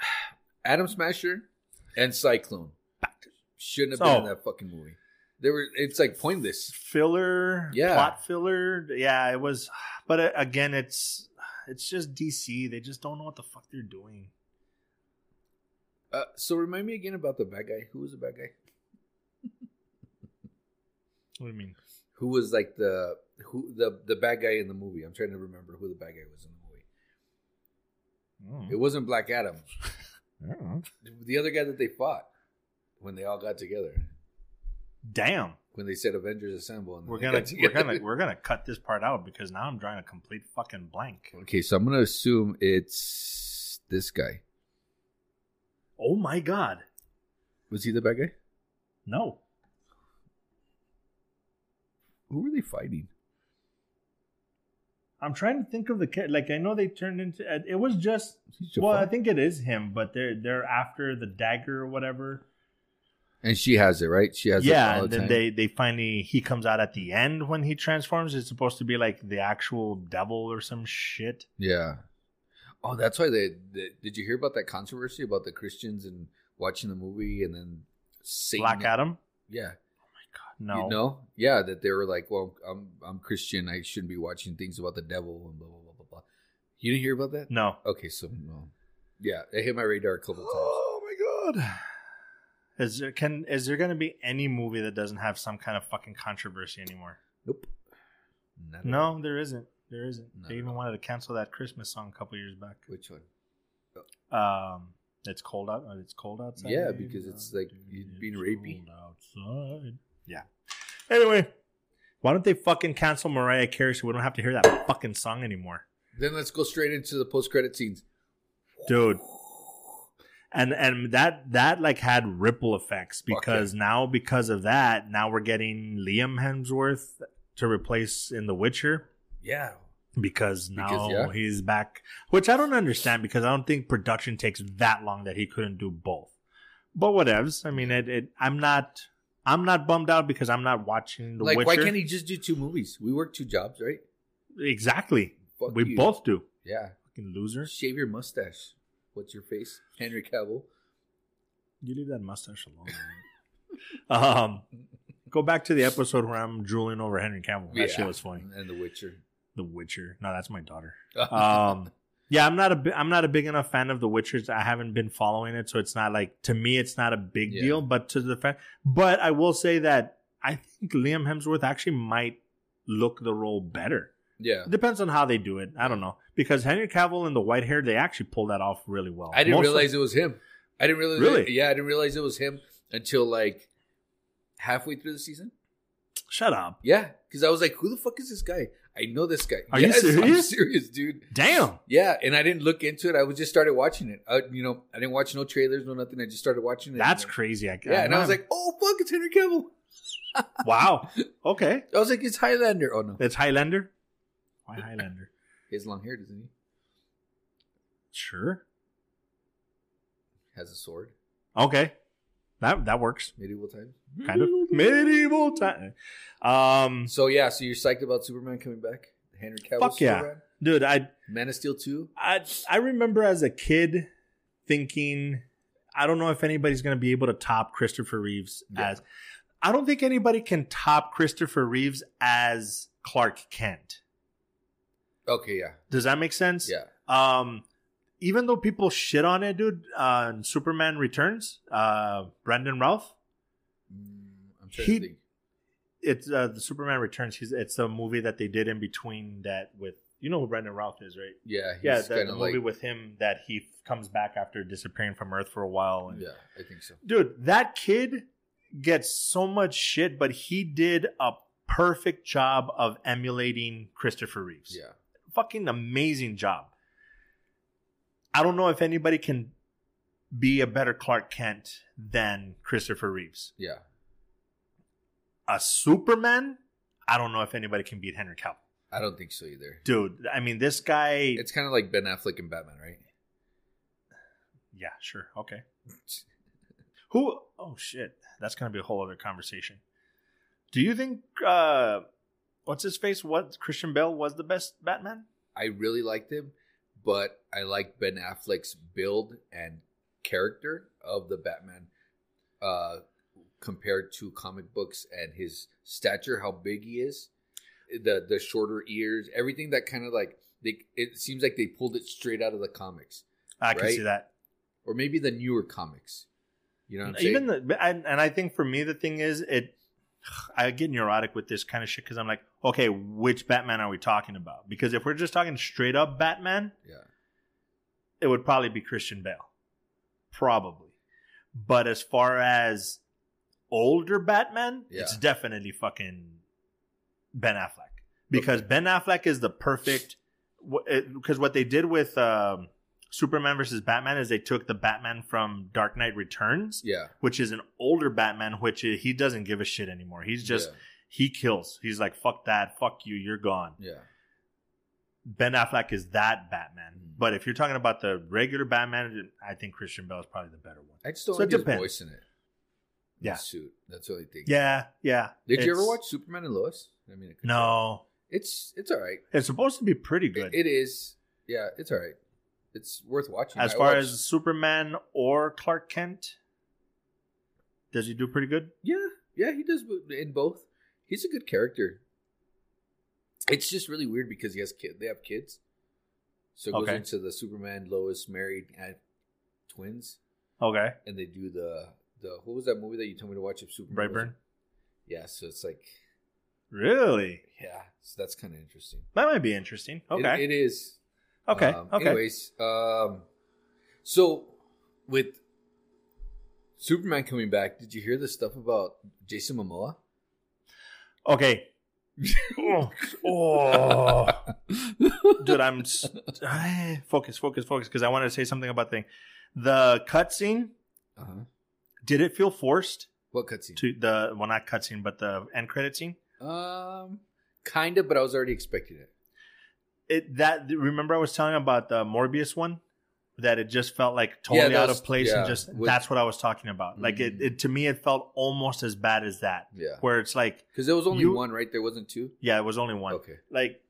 Speaker 3: Adam Smasher and Cyclone shouldn't have been in
Speaker 1: So-
Speaker 3: that fucking movie. They were. It's like pointless.
Speaker 1: filler,
Speaker 3: Yeah.
Speaker 1: plot filler. Yeah, it was. But uh, again, it's it's just DC. They just don't know what the fuck they're doing.
Speaker 3: Uh, so remind me again about the bad guy. Who was the bad guy?
Speaker 1: What do you mean?
Speaker 3: Who was like the who the the bad guy in the movie? I'm trying to remember who the bad guy was in the movie.
Speaker 1: Hmm?
Speaker 3: It wasn't Black Adam. The other guy that they fought when they all got together.
Speaker 1: Damn,
Speaker 3: When they said Avengers Assemble, and then
Speaker 1: we're
Speaker 3: they
Speaker 1: gonna
Speaker 3: got
Speaker 1: we're
Speaker 3: together.
Speaker 1: gonna we're gonna cut this part out because now I'm drawing a complete fucking blank.
Speaker 3: Okay, so I'm gonna assume it's this guy.
Speaker 1: Oh my god,
Speaker 3: Was he the bad guy?
Speaker 1: no.
Speaker 3: Who were they fighting?
Speaker 1: I'm trying to think of the kid. Like I know they turned into. uh, It was just.
Speaker 3: He's
Speaker 1: Well, I
Speaker 3: Jafar.
Speaker 1: think it is him, but they're they're after the dagger or whatever.
Speaker 3: And she has it, right? She has it
Speaker 1: yeah,
Speaker 3: all
Speaker 1: and
Speaker 3: the
Speaker 1: then
Speaker 3: time.
Speaker 1: they they finally he comes out at the end when he transforms. It's supposed to be like the actual devil or some shit.
Speaker 3: yeah. Oh, that's why they, they. Did you hear about that controversy about the Christians and watching the movie and then Satan?
Speaker 1: Black Adam.
Speaker 3: Yeah.
Speaker 1: No,
Speaker 3: You know? Yeah, that they were like, well, I'm I'm Christian. I shouldn't be watching things about the devil and blah blah blah blah blah. You didn't hear about that?
Speaker 1: no.
Speaker 3: Okay, so no. Yeah, it hit my radar a couple times.
Speaker 1: Oh my god. Is there can is there gonna be any movie that doesn't have some kind of fucking controversy anymore?
Speaker 3: Nope. Not at all.
Speaker 1: No, there isn't. There isn't.
Speaker 3: No,
Speaker 1: they even
Speaker 3: no.
Speaker 1: wanted to cancel that Christmas song a couple years back.
Speaker 3: Which one?
Speaker 1: Um, it's cold out. uh, It's cold outside.
Speaker 3: Yeah, because it's like you're being rapey.
Speaker 1: cold outside. Yeah. Anyway, why don't they fucking cancel Mariah Carey so we don't have to hear that fucking song anymore,
Speaker 3: Then let's go straight into the post credit scenes.
Speaker 1: dude? And and that that like had ripple effects
Speaker 3: yeah.
Speaker 1: because now because of that now we're getting Liam Hemsworth to replace in The Witcher
Speaker 3: Yeah.
Speaker 1: because now
Speaker 3: yeah.
Speaker 1: he's back, which I don't understand because I don't think production takes that long that he couldn't do both. But whatevs. I mean, it, it. I'm not. I'm not bummed out because I'm not watching The
Speaker 3: like,
Speaker 1: Witcher.
Speaker 3: why can't he just do two movies? We work two jobs, right?
Speaker 1: Exactly.
Speaker 3: Fuck
Speaker 1: we
Speaker 3: you.
Speaker 1: both do.
Speaker 3: Yeah.
Speaker 1: Fucking losers.
Speaker 3: Shave your mustache. What's your face? Henry Cavill.
Speaker 1: You leave that mustache alone. man. um, go back to the episode where I'm drooling over Henry Cavill. That shit was funny.
Speaker 3: And The Witcher.
Speaker 1: The Witcher. No, that's my daughter. um yeah i'm not a bi- i'm not a big enough fan of the witchers i haven't been following it so it's not like to me it's not a big
Speaker 3: Yeah.
Speaker 1: deal but to the fact but i will say that i think liam hemsworth actually might look the role better
Speaker 3: yeah.
Speaker 1: depends on how they do it i don't know because henry cavill and the white hair they actually pull that off really well
Speaker 3: I didn't
Speaker 1: Most of-
Speaker 3: realize it was him. I didn't realize.
Speaker 1: Really?
Speaker 3: yeah, I didn't realize it was him until like halfway through the season.
Speaker 1: shut up
Speaker 3: Yeah, because I was like, "Who the fuck is this guy?" I know this guy.
Speaker 1: Are you
Speaker 3: I'm
Speaker 1: serious?
Speaker 3: serious, dude.
Speaker 1: damn
Speaker 3: Yeah, and I didn't look into it. I was just started watching it. I, you know, I didn't watch no trailers, no nothing. I just started watching it.
Speaker 1: that's
Speaker 3: And then-
Speaker 1: crazy I,
Speaker 3: Yeah, and I was like, "Oh fuck, it's Henry Cavill."
Speaker 1: wow okay
Speaker 3: I was like, "It's Highlander." Oh no,
Speaker 1: that's highlander why highlander
Speaker 3: he has long hair, doesn't he?
Speaker 1: sure
Speaker 3: Has a sword,
Speaker 1: okay that that works
Speaker 3: medieval times.
Speaker 1: kind of medieval time. Um,
Speaker 3: So yeah, so you're psyched about Superman coming back? Henry Cavill.
Speaker 1: Fuck yeah.
Speaker 3: Superman?
Speaker 1: dude, I
Speaker 3: Man of Steel two.
Speaker 1: I I remember as a kid thinking, I don't know if anybody's gonna be able to top Christopher Reeves
Speaker 3: Yeah.
Speaker 1: as. I don't think anybody can top Christopher Reeves as Clark Kent.
Speaker 3: Okay, yeah,
Speaker 1: Does that make sense?
Speaker 3: yeah.
Speaker 1: Um, even though people shit on it, dude, uh, Superman Returns, uh, Brandon Ralph,
Speaker 3: Mm, I'm trying
Speaker 1: He-
Speaker 3: to think.
Speaker 1: it's uh, the Superman Returns. He's it's a movie that they did in between that with you know who Brendan Ralph is, right?
Speaker 3: Yeah, he's
Speaker 1: yeah, the, the
Speaker 3: kinda
Speaker 1: movie
Speaker 3: like-
Speaker 1: with him that he comes back after disappearing from Earth for a while. And,
Speaker 3: Yeah, I think so.
Speaker 1: Dude, that kid gets so much shit, but he did a perfect job of emulating Christopher Reeves.
Speaker 3: Yeah,
Speaker 1: Fucking amazing job. I don't know if anybody can be a better Clark Kent than Christopher Reeves.
Speaker 3: yeah,
Speaker 1: A Superman, I don't know if anybody can beat Henry Cavill.
Speaker 3: I don't think so either.
Speaker 1: Dude, I mean, this guy.
Speaker 3: It's kind of like Ben Affleck and Batman, right?
Speaker 1: Yeah, sure. Okay. Who? Oh shit, that's gonna be a whole other conversation. Do you think uh, what's his face? What Christian Bale was the best Batman?
Speaker 3: I really liked him, but I like Ben Affleck's build and character of the Batman uh, compared to comic books and his stature, how big he is, the the shorter ears, everything that kind of like they. It seems like they pulled it straight out of the comics,
Speaker 1: I can
Speaker 3: Right.
Speaker 1: see that.
Speaker 3: or maybe the newer comics. You know what I'm saying?
Speaker 1: Even the and, and I think for me the thing is it. I get neurotic with this kind of shit because I'm like, okay, which Batman are we talking about? Because if we're just talking straight up Batman,
Speaker 3: yeah,
Speaker 1: it would probably be Christian Bale. Probably. But as far as older Batman,
Speaker 3: Yeah.
Speaker 1: it's definitely fucking Ben Affleck. Because Ben Affleck is the perfect. Because what they did with um, Superman versus Batman is they took the Batman from Dark Knight Returns,
Speaker 3: yeah,
Speaker 1: which is an older Batman, which i- he doesn't give a shit anymore. He's just, he kills. He's like, fuck that, fuck you, you're gone.
Speaker 3: yeah, yeah.
Speaker 1: Ben Affleck is that Batman.
Speaker 3: Mhm.
Speaker 1: But if you're talking about the regular Batman, I think Christian Bale is probably the better one.
Speaker 3: I just don't
Speaker 1: So it
Speaker 3: like his
Speaker 1: depends.
Speaker 3: voice in it. The
Speaker 1: Yeah.
Speaker 3: suit. That's the only thing.
Speaker 1: Yeah, yeah.
Speaker 3: Did you ever
Speaker 1: It's-
Speaker 3: watch Superman and Lois? I mean, it could-
Speaker 1: No,
Speaker 3: It's it's all right.
Speaker 1: it's supposed to be pretty
Speaker 3: It,
Speaker 1: good.
Speaker 3: it is. Yeah, it's all right. It's worth watching.
Speaker 1: as
Speaker 3: I
Speaker 1: far
Speaker 3: watched-
Speaker 1: as Superman or Clark Kent, does he do pretty good?
Speaker 3: yeah, yeah, he does bo- in both. He's a good character. It's just really weird because he has kid. They have kids, so it
Speaker 1: Okay.
Speaker 3: goes into the Superman Lois married and twins,
Speaker 1: Okay,
Speaker 3: and they do the the what was that movie that you told me to watch? Of Superman was-
Speaker 1: Brightburn.
Speaker 3: Yeah, so it's like
Speaker 1: Really?
Speaker 3: yeah, so that's kind of interesting.
Speaker 1: That might be interesting.
Speaker 3: It-
Speaker 1: Okay,
Speaker 3: it is.
Speaker 1: okay,
Speaker 3: Um,
Speaker 1: okay.
Speaker 3: Anyways, um, so with Superman coming back, did you hear the stuff about Jason Momoa?
Speaker 1: Okay. oh, oh.
Speaker 3: Uh-huh.
Speaker 1: dude, I'm s- eh, focus, focus, focus, because I wanted to say something about the thing. The cutscene.
Speaker 3: Uh-huh.
Speaker 1: Did it feel forced
Speaker 3: What cutscene?
Speaker 1: to the well, not cutscene, but the end credit scene?
Speaker 3: Um, kind of, but I was already expecting it.
Speaker 1: It that remember I was telling about the Morbius one that it just felt like totally
Speaker 3: that
Speaker 1: out
Speaker 3: was-
Speaker 1: of place
Speaker 3: yeah,
Speaker 1: and just
Speaker 3: with-
Speaker 1: that's what I was talking about. Like it,
Speaker 3: Mhm.
Speaker 1: it to me, it felt almost as bad as that,
Speaker 3: Yeah,
Speaker 1: where it's like,
Speaker 3: because there was only
Speaker 1: You-
Speaker 3: one, right? There wasn't two.
Speaker 1: yeah, it was only one.
Speaker 3: Okay.
Speaker 1: Like,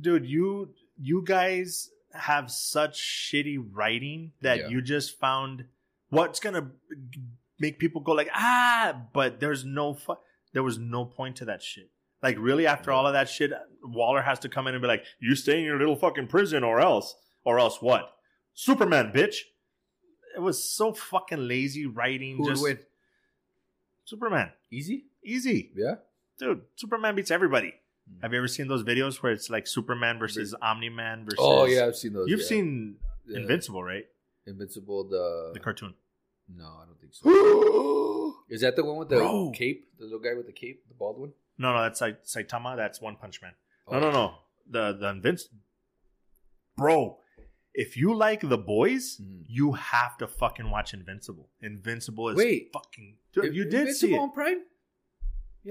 Speaker 1: dude, you you guys have such shitty writing that
Speaker 3: Yeah.
Speaker 1: you just found what's gonna make people go like ah, but there's no fu- there was no point to that shit. Like really, after all of that shit, Waller has to come in and be like, "You stay in your little fucking prison, or else, or else what? Superman, bitch." It was so fucking lazy writing.
Speaker 3: Who would
Speaker 1: just
Speaker 3: win?
Speaker 1: Superman,
Speaker 3: Easy.
Speaker 1: easy
Speaker 3: Yeah.
Speaker 1: dude, Superman beats everybody. Have you ever seen those videos where it's like Superman versus Omni Man versus?
Speaker 3: Oh yeah, I've seen those.
Speaker 1: you've
Speaker 3: yeah.
Speaker 1: seen
Speaker 3: Yeah. Uh.
Speaker 1: Invincible, right?
Speaker 3: Invincible. The,
Speaker 1: The cartoon.
Speaker 3: no, I don't think so. Is that the one with the
Speaker 1: Bro.
Speaker 3: cape? The little guy with the cape, the bald one.
Speaker 1: No, no, that's like Saitama. That's One Punch Man.
Speaker 3: Oh.
Speaker 1: No, no, no. The the Invincible. Bro, if you like the boys,
Speaker 3: Mhm.
Speaker 1: you have to fucking watch Invincible. Invincible is
Speaker 3: Wait.
Speaker 1: fucking. Dude, you did
Speaker 3: Invincible
Speaker 1: see it.
Speaker 3: on Prime?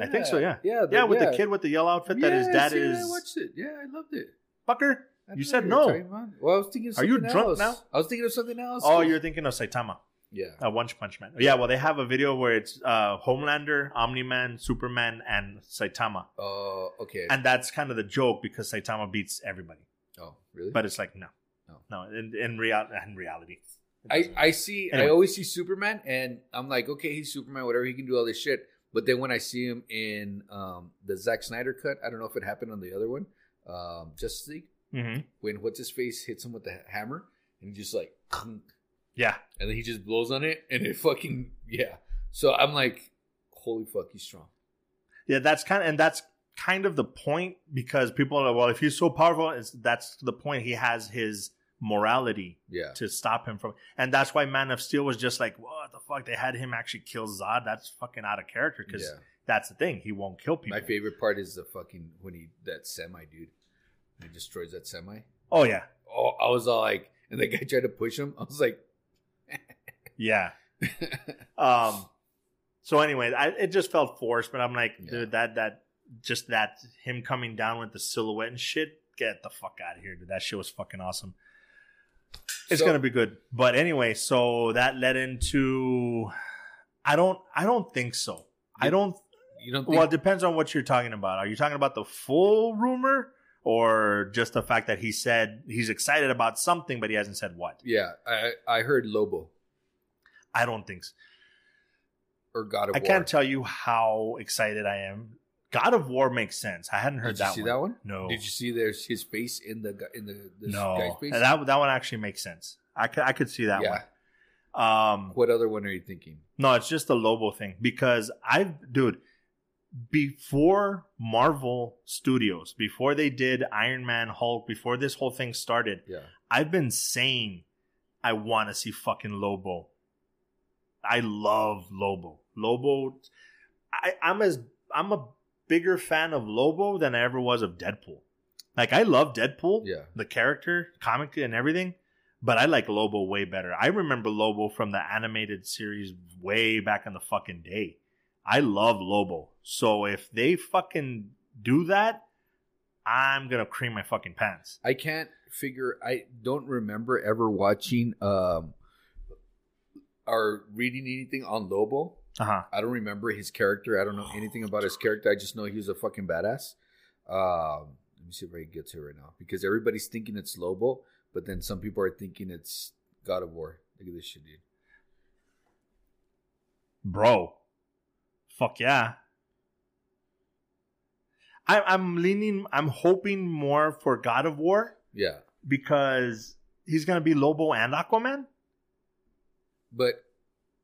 Speaker 1: I think so. Yeah.
Speaker 3: Yeah.
Speaker 1: yeah, with the kid with the yellow outfit that his dad
Speaker 3: yeah, I
Speaker 1: is.
Speaker 3: watched it. Yeah, I loved it.
Speaker 1: Fucker,
Speaker 3: I don't
Speaker 1: you
Speaker 3: know
Speaker 1: said
Speaker 3: what
Speaker 1: no.
Speaker 3: you're talking about. Well, I was thinking. Of
Speaker 1: Are
Speaker 3: something
Speaker 1: you drunk
Speaker 3: else.
Speaker 1: now?
Speaker 3: I was thinking of something else.
Speaker 1: Oh, you're thinking of Saitama.
Speaker 3: Yeah.
Speaker 1: Uh, One Punch Man. Yeah, well, they have a video where it's uh, Homelander, Omni Man, Superman, and Saitama,
Speaker 3: Oh, okay.
Speaker 1: and that's kind of the joke because Saitama beats everybody.
Speaker 3: oh, really?
Speaker 1: But it's like no, no,
Speaker 3: No.
Speaker 1: no. In in, real, in reality, it
Speaker 3: I,
Speaker 1: doesn't-
Speaker 3: I see. I
Speaker 1: Anyway.
Speaker 3: always see Superman, and I'm like, okay, he's Superman. Whatever he can do, all this shit. But then when I see him in um, the Zack Snyder cut, I don't know if it happened on the other one, um, Justice League,
Speaker 1: Mhm.
Speaker 3: when what's his face hits him with the hammer, and he just like, and
Speaker 1: yeah,
Speaker 3: then he just blows on it, and it fucking yeah. So I'm like, holy fuck, he's strong.
Speaker 1: Yeah, that's kind of, and that's kind of the point because people are like, well, if he's so powerful, it's, that's the point. He has his morality
Speaker 3: Yeah.
Speaker 1: to stop him from, and that's why Man of Steel was just like, what the fuck? They had him actually kill Zod. That's fucking out of character because
Speaker 3: Yeah.
Speaker 1: that's the thing. He won't kill people.
Speaker 3: My favorite part is the fucking when he that semi dude, he destroys that semi.
Speaker 1: Oh yeah,
Speaker 3: Oh, I was all like, and the guy tried to push him. I was like,
Speaker 1: yeah. Um. So anyway, I, it just felt forced, but I'm like,
Speaker 3: Yeah.
Speaker 1: dude, that that just that him coming down with the silhouette and shit. Get the fuck out of here, dude. That shit was fucking awesome. It's
Speaker 3: So-
Speaker 1: gonna be good. But anyway, so that led into. I don't. I don't think so. I don't.
Speaker 3: you don't think
Speaker 1: Well, it depends on what you're talking about. Are you talking about the full rumor or just the fact that he said he's excited about something, but he hasn't said what?
Speaker 3: Yeah, I I heard Lobo
Speaker 1: I don't think so.
Speaker 3: or God of
Speaker 1: I
Speaker 3: War.
Speaker 1: can't tell you how excited I am. God of War makes sense. I hadn't heard
Speaker 3: Did you
Speaker 1: that,
Speaker 3: see
Speaker 1: one.
Speaker 3: that one?
Speaker 1: No,
Speaker 3: Did you see there's his face in the gu- in the this guy's
Speaker 1: no,
Speaker 3: face?
Speaker 1: that that one actually makes sense. I could I could see that
Speaker 3: yeah.
Speaker 1: one. Um,
Speaker 3: What other one are you thinking?
Speaker 1: no, it's just the Lobo thing because I, dude, before Marvel Studios, before they did Iron Man, Hulk, before this whole thing started,
Speaker 3: Yeah.
Speaker 1: I've been saying I want to see fucking Lobo. I love Lobo. Lobo. I, I'm as I'm a bigger fan of Lobo than I ever was of Deadpool. Like I love Deadpool,
Speaker 3: Yeah.
Speaker 1: the character, comic, and everything, but I like Lobo way better. I remember Lobo from the animated series way back in the fucking day. I love Lobo. So if they fucking do that, I'm gonna cream my fucking pants.
Speaker 3: I can't figure. I don't remember ever watching um or reading anything on Lobo.
Speaker 1: Uh huh.
Speaker 3: I don't remember his character. I don't know anything about his character. I just know he was a fucking badass. Um, let me see if I can get to it right now because everybody's thinking it's Lobo, but then some people are thinking it's God of War. Look at this shit, dude.
Speaker 1: bro fuck yeah I, i'm leaning i'm hoping more for god of war
Speaker 3: Yeah,
Speaker 1: because he's gonna be lobo and aquaman
Speaker 3: but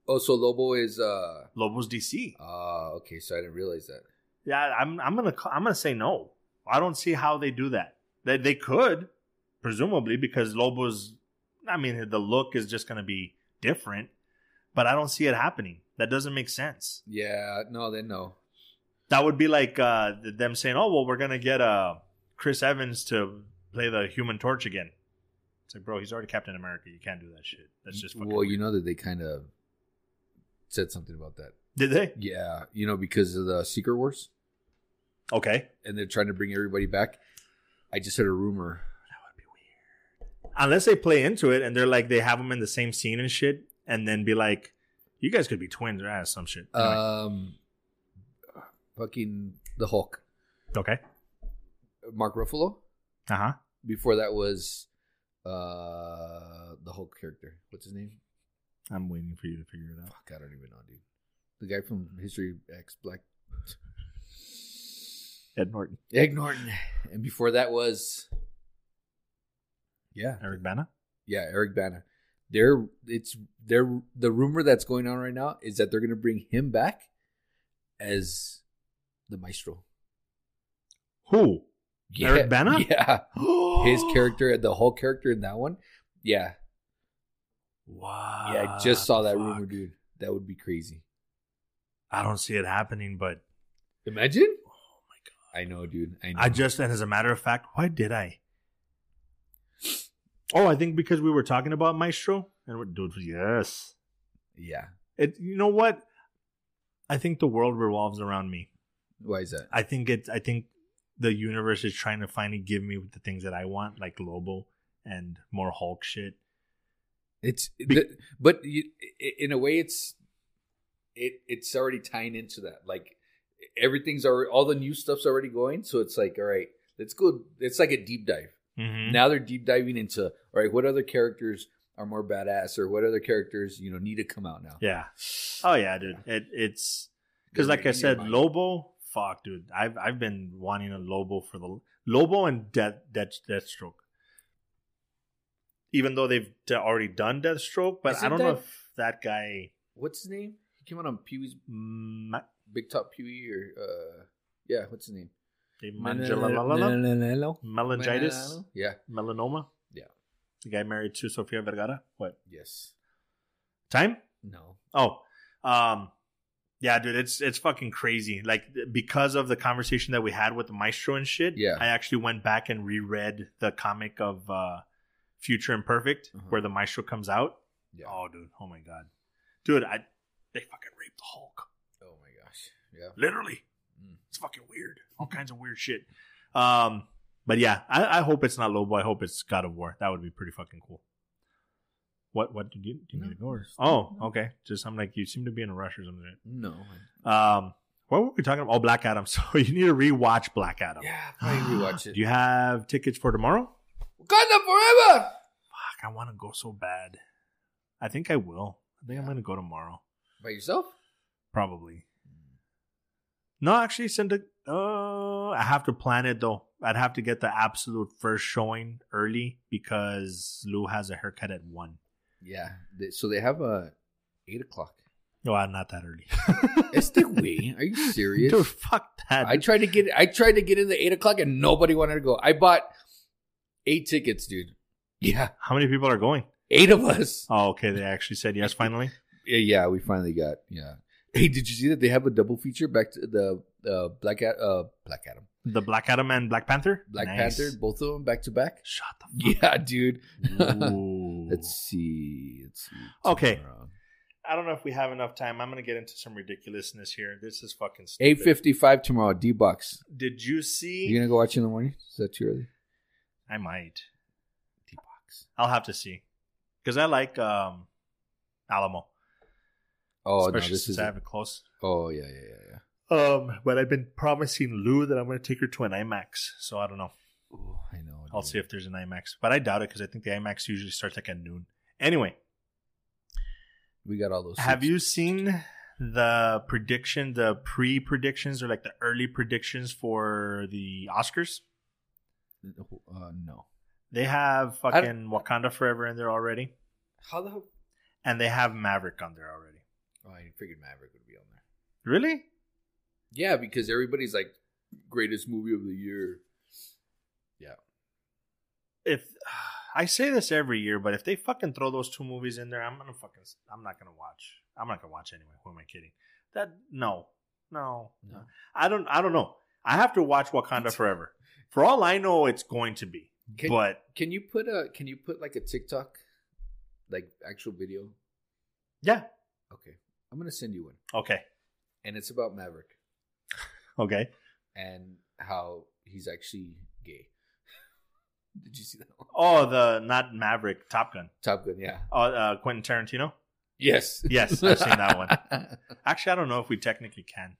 Speaker 3: also Lobo is uh
Speaker 1: lobo's dc
Speaker 3: ah okay. So I didn't realize that.
Speaker 1: yeah i'm, I'm gonna ca- i'm gonna say no i don't see how they do that they, they could presumably because lobo's i mean the look is just gonna be different but i don't see it happening that doesn't make sense
Speaker 3: Yeah, no, then no.
Speaker 1: that would be like uh, th- them saying, "Oh, well, we're gonna get uh, Chris Evans to play the Human Torch again." It's like, bro, he's already Captain America. You can't do that shit. That's just fucking
Speaker 3: well, you know that they kind of said something about that.
Speaker 1: Did they?
Speaker 3: Yeah, you know because of the Secret Wars.
Speaker 1: Okay,
Speaker 3: and they're trying to bring everybody back. I just heard a rumor.
Speaker 1: unless they play into it and they're like they have them in the same scene and shit, and then be like, "You guys could be twins or ah, some shit." Anyway.
Speaker 3: Um, fucking the Hulk,
Speaker 1: okay.
Speaker 3: Mark Ruffalo.
Speaker 1: Uh huh.
Speaker 3: Before that was uh the Hulk character. What's his name?
Speaker 1: I'm waiting for you to figure it out.
Speaker 3: Fuck, I don't even know, dude. The guy from History X Black
Speaker 1: Ed Norton,
Speaker 3: Egg Norton, and before that was yeah,
Speaker 1: Eric Bana.
Speaker 3: yeah, Eric Bana. They're it's they're the rumor that's going on right now is that they're gonna bring him back as the maestro.
Speaker 1: Who?
Speaker 3: Yeah,
Speaker 1: Eric Bana?
Speaker 3: Yeah. His character, the whole character in that one. Yeah.
Speaker 1: Wow.
Speaker 3: Yeah, I just saw that
Speaker 1: Ah, fuck.
Speaker 3: rumor, dude. That would be crazy.
Speaker 1: I don't see it happening, but
Speaker 3: Imagine? Oh my god. I know, dude. I know.
Speaker 1: I just, and as a matter of fact, why did I? Oh, I think because we were talking about Maestro, and we're, dude, yes,
Speaker 3: yeah.
Speaker 1: it. You know what? I think the world revolves around me.
Speaker 3: Why is that?
Speaker 1: I think it's. I think the universe is trying to finally give me the things that I want, like Lobo and more Hulk shit.
Speaker 3: It's the- but you, i- in a way it's it it's already tying into that. Like everything's already all the new stuff's already going, so it's like, all right, let's go it's like a deep dive.
Speaker 1: Mm-hmm.
Speaker 3: Now they're deep diving into all right, what other characters are more badass or what other characters, you know, need to come out now.
Speaker 1: Yeah. Oh yeah, dude. It it's because like I said,
Speaker 3: low.
Speaker 1: Lobo. Fuck, dude. I've I've been wanting a Lobo for the Lobo and Death Death Deathstroke. Even though they've d- already done Deathstroke, but I
Speaker 3: Isn't
Speaker 1: don't know
Speaker 3: that-
Speaker 1: if that guy
Speaker 3: what's his name? He came out on Pee Wee's
Speaker 1: Ma-
Speaker 3: Big Top Huey or uh, yeah, what's his name?
Speaker 1: A Manjala- Melangitis?
Speaker 3: Yeah.
Speaker 1: Melanoma?
Speaker 3: Yeah.
Speaker 1: The guy married to Sofia Vergara? What?
Speaker 3: Yes.
Speaker 1: Time?
Speaker 3: No.
Speaker 1: Oh, um, yeah, dude, it's it's fucking crazy. Like th- because of the conversation that we had with the maestro and shit,
Speaker 3: Yeah.
Speaker 1: I actually went back and reread the comic of uh, Future Imperfect
Speaker 3: Uh-huh.
Speaker 1: where the maestro comes out.
Speaker 3: Yeah.
Speaker 1: Oh, dude, oh my god, dude, I they fucking raped the Hulk,
Speaker 3: Oh my gosh. Yeah.
Speaker 1: literally.
Speaker 3: Mm.
Speaker 1: It's fucking weird, all kinds of weird shit. Um, but yeah, I, I hope it's not Lobo. I hope it's God of War. That would be pretty fucking cool. What what did you do? You
Speaker 3: No,
Speaker 1: need to go? Or?
Speaker 3: just-
Speaker 1: Oh,
Speaker 3: no.
Speaker 1: okay. Just I'm like you seem to be in a rush or something.
Speaker 3: No.
Speaker 1: Um, what were we talking about? Oh, Black Adam. So you need to rewatch Black Adam.
Speaker 3: Yeah, probably rewatch it.
Speaker 1: Do you have tickets for tomorrow?
Speaker 3: Wakanda forever.
Speaker 1: Fuck, I want to go so bad. I think I will. I think I'm gonna go tomorrow,
Speaker 3: By yourself?
Speaker 1: probably. No, actually, send a. Uh, I have to plan it though. I'd have to get the absolute first showing early because Lou has a haircut at one.
Speaker 3: Yeah. They- So they have a eight o'clock.
Speaker 1: No, I'm not that early.
Speaker 3: It's the way. Are you serious?
Speaker 1: Dude, fuck that.
Speaker 3: I tried to get I tried to get in the eight o'clock and nobody wanted to go. I bought eight tickets, dude. Yeah,
Speaker 1: How many people are going?
Speaker 3: eight of us.
Speaker 1: Oh, okay. They actually said yes finally.
Speaker 3: Yeah, yeah, we finally got yeah. Hey, did you see that they have a double feature back to the uh, Black Ad, uh Black Adam,
Speaker 1: The Black Adam and Black Panther.
Speaker 3: Black
Speaker 1: Nice.
Speaker 3: Panther, both of them back to back?
Speaker 1: Shut the fuck
Speaker 3: Yeah, dude.
Speaker 1: Ooh.
Speaker 3: Let's see. Let's see.
Speaker 1: Okay.
Speaker 3: Tomorrow.
Speaker 1: I don't know if we have enough time. I'm gonna get into some ridiculousness here. This is fucking stupid.
Speaker 3: Eight fifty five tomorrow. D box.
Speaker 1: Did you see?
Speaker 3: You gonna go watch in the morning? Is that too early?
Speaker 1: I might.
Speaker 3: D box.
Speaker 1: I'll have to see because I like um Alamo.
Speaker 3: Oh no,
Speaker 1: especially
Speaker 3: this
Speaker 1: since
Speaker 3: is.
Speaker 1: I have it close.
Speaker 3: Oh yeah, yeah, yeah, yeah.
Speaker 1: Um, but I've been promising Lou that I'm gonna take her to an IMAX. So I don't know.
Speaker 3: Ooh, I know.
Speaker 1: I'll see if there's an IMAX, but I doubt it because I think the IMAX usually starts like at noon. Anyway,
Speaker 3: we got all those.
Speaker 1: Have
Speaker 3: seats.
Speaker 1: you seen the prediction, the pre predictions, or like the early predictions for the Oscars?
Speaker 3: Uh, no.
Speaker 1: They have fucking Wakanda Forever in there already,
Speaker 3: How the hell?
Speaker 1: and they have Maverick on there already.
Speaker 3: Oh, I figured Maverick would be on there.
Speaker 1: Really?
Speaker 3: Yeah, because everybody's like greatest movie of the year.
Speaker 1: If I say this every year, but if they fucking throw those two movies in there, I'm gonna fucking, I'm not gonna watch. I'm not gonna watch anyway. Who am I kidding? That no, no,
Speaker 3: No.
Speaker 1: I don't, I don't know. I have to watch Wakanda Forever. For all I know, it's going to be,
Speaker 3: Can,
Speaker 1: but
Speaker 3: can you put a can you put like a TikTok, like actual video?
Speaker 1: yeah,
Speaker 3: Okay, I'm gonna send you one,
Speaker 1: okay,
Speaker 3: and it's about Maverick
Speaker 1: okay.
Speaker 3: and how he's actually gay. Did you see that one?
Speaker 1: Oh, the not Maverick, Top Gun.
Speaker 3: Top Gun, yeah.
Speaker 1: Oh, uh, Quentin Tarantino.
Speaker 3: Yes,
Speaker 1: Yes, I've seen that one.
Speaker 3: one.
Speaker 1: Actually, I don't know if we technically can.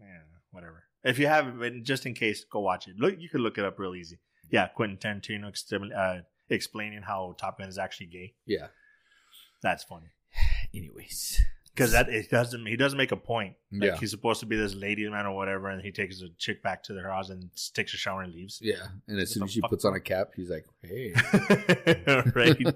Speaker 1: Yeah, whatever. If you haven't, but just in case, go watch it. Look, you could look it up real easy. Yeah, Quentin Tarantino extim- uh, explaining how Top Gun is actually gay.
Speaker 3: yeah.
Speaker 1: That's funny
Speaker 3: Anyways,
Speaker 1: because that it doesn't. He doesn't make a point. Like
Speaker 3: Yeah.
Speaker 1: he's supposed to be this lady man or whatever, and he takes a chick back to their house and s- takes a shower and leaves.
Speaker 3: yeah. And
Speaker 1: What
Speaker 3: as soon
Speaker 1: the
Speaker 3: as she
Speaker 1: fuck?
Speaker 3: puts on a cap, he's like, "Hey."
Speaker 1: right.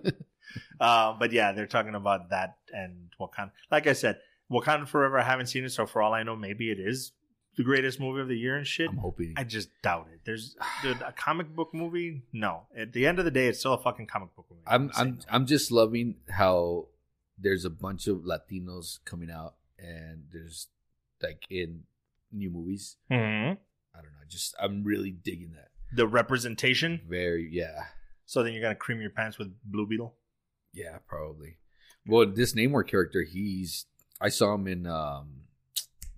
Speaker 1: Uh, but yeah, they're talking about that and Wakanda. Like I said, Wakanda Forever. I haven't seen it, so for all I know, maybe it is the greatest movie of the year and shit.
Speaker 3: I'm hoping.
Speaker 1: I just doubt it. There's dude, a comic book movie. No, at the end of the day, it's still a fucking comic book movie.
Speaker 3: I'm
Speaker 1: Say
Speaker 3: I'm
Speaker 1: no.
Speaker 3: I'm just loving how there's a bunch of Latinos coming out and there's like in new movies.
Speaker 1: Mhm.
Speaker 3: I don't know. Just I'm really digging that.
Speaker 1: the representation.
Speaker 3: Very yeah.
Speaker 1: So then you're gonna cream your pants with Blue Beetle.
Speaker 3: Yeah, probably. Well, this Namor character, he's I saw him in um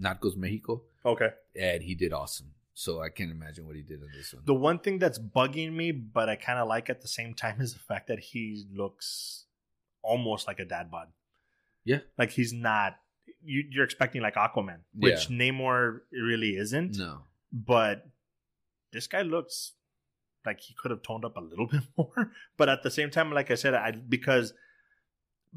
Speaker 3: Narcos Mexico
Speaker 1: Okay.
Speaker 3: and he did awesome. So I can't imagine what he did in this one.
Speaker 1: The one thing that's bugging me, but I kind of like at the same time, is the fact that he looks almost like a dad bod.
Speaker 3: Yeah.
Speaker 1: like he's not. You, you're expecting like Aquaman, which Namor really isn't.
Speaker 3: no.
Speaker 1: But this guy looks like he could have toned up a little bit more. But at the same time, like I said, I because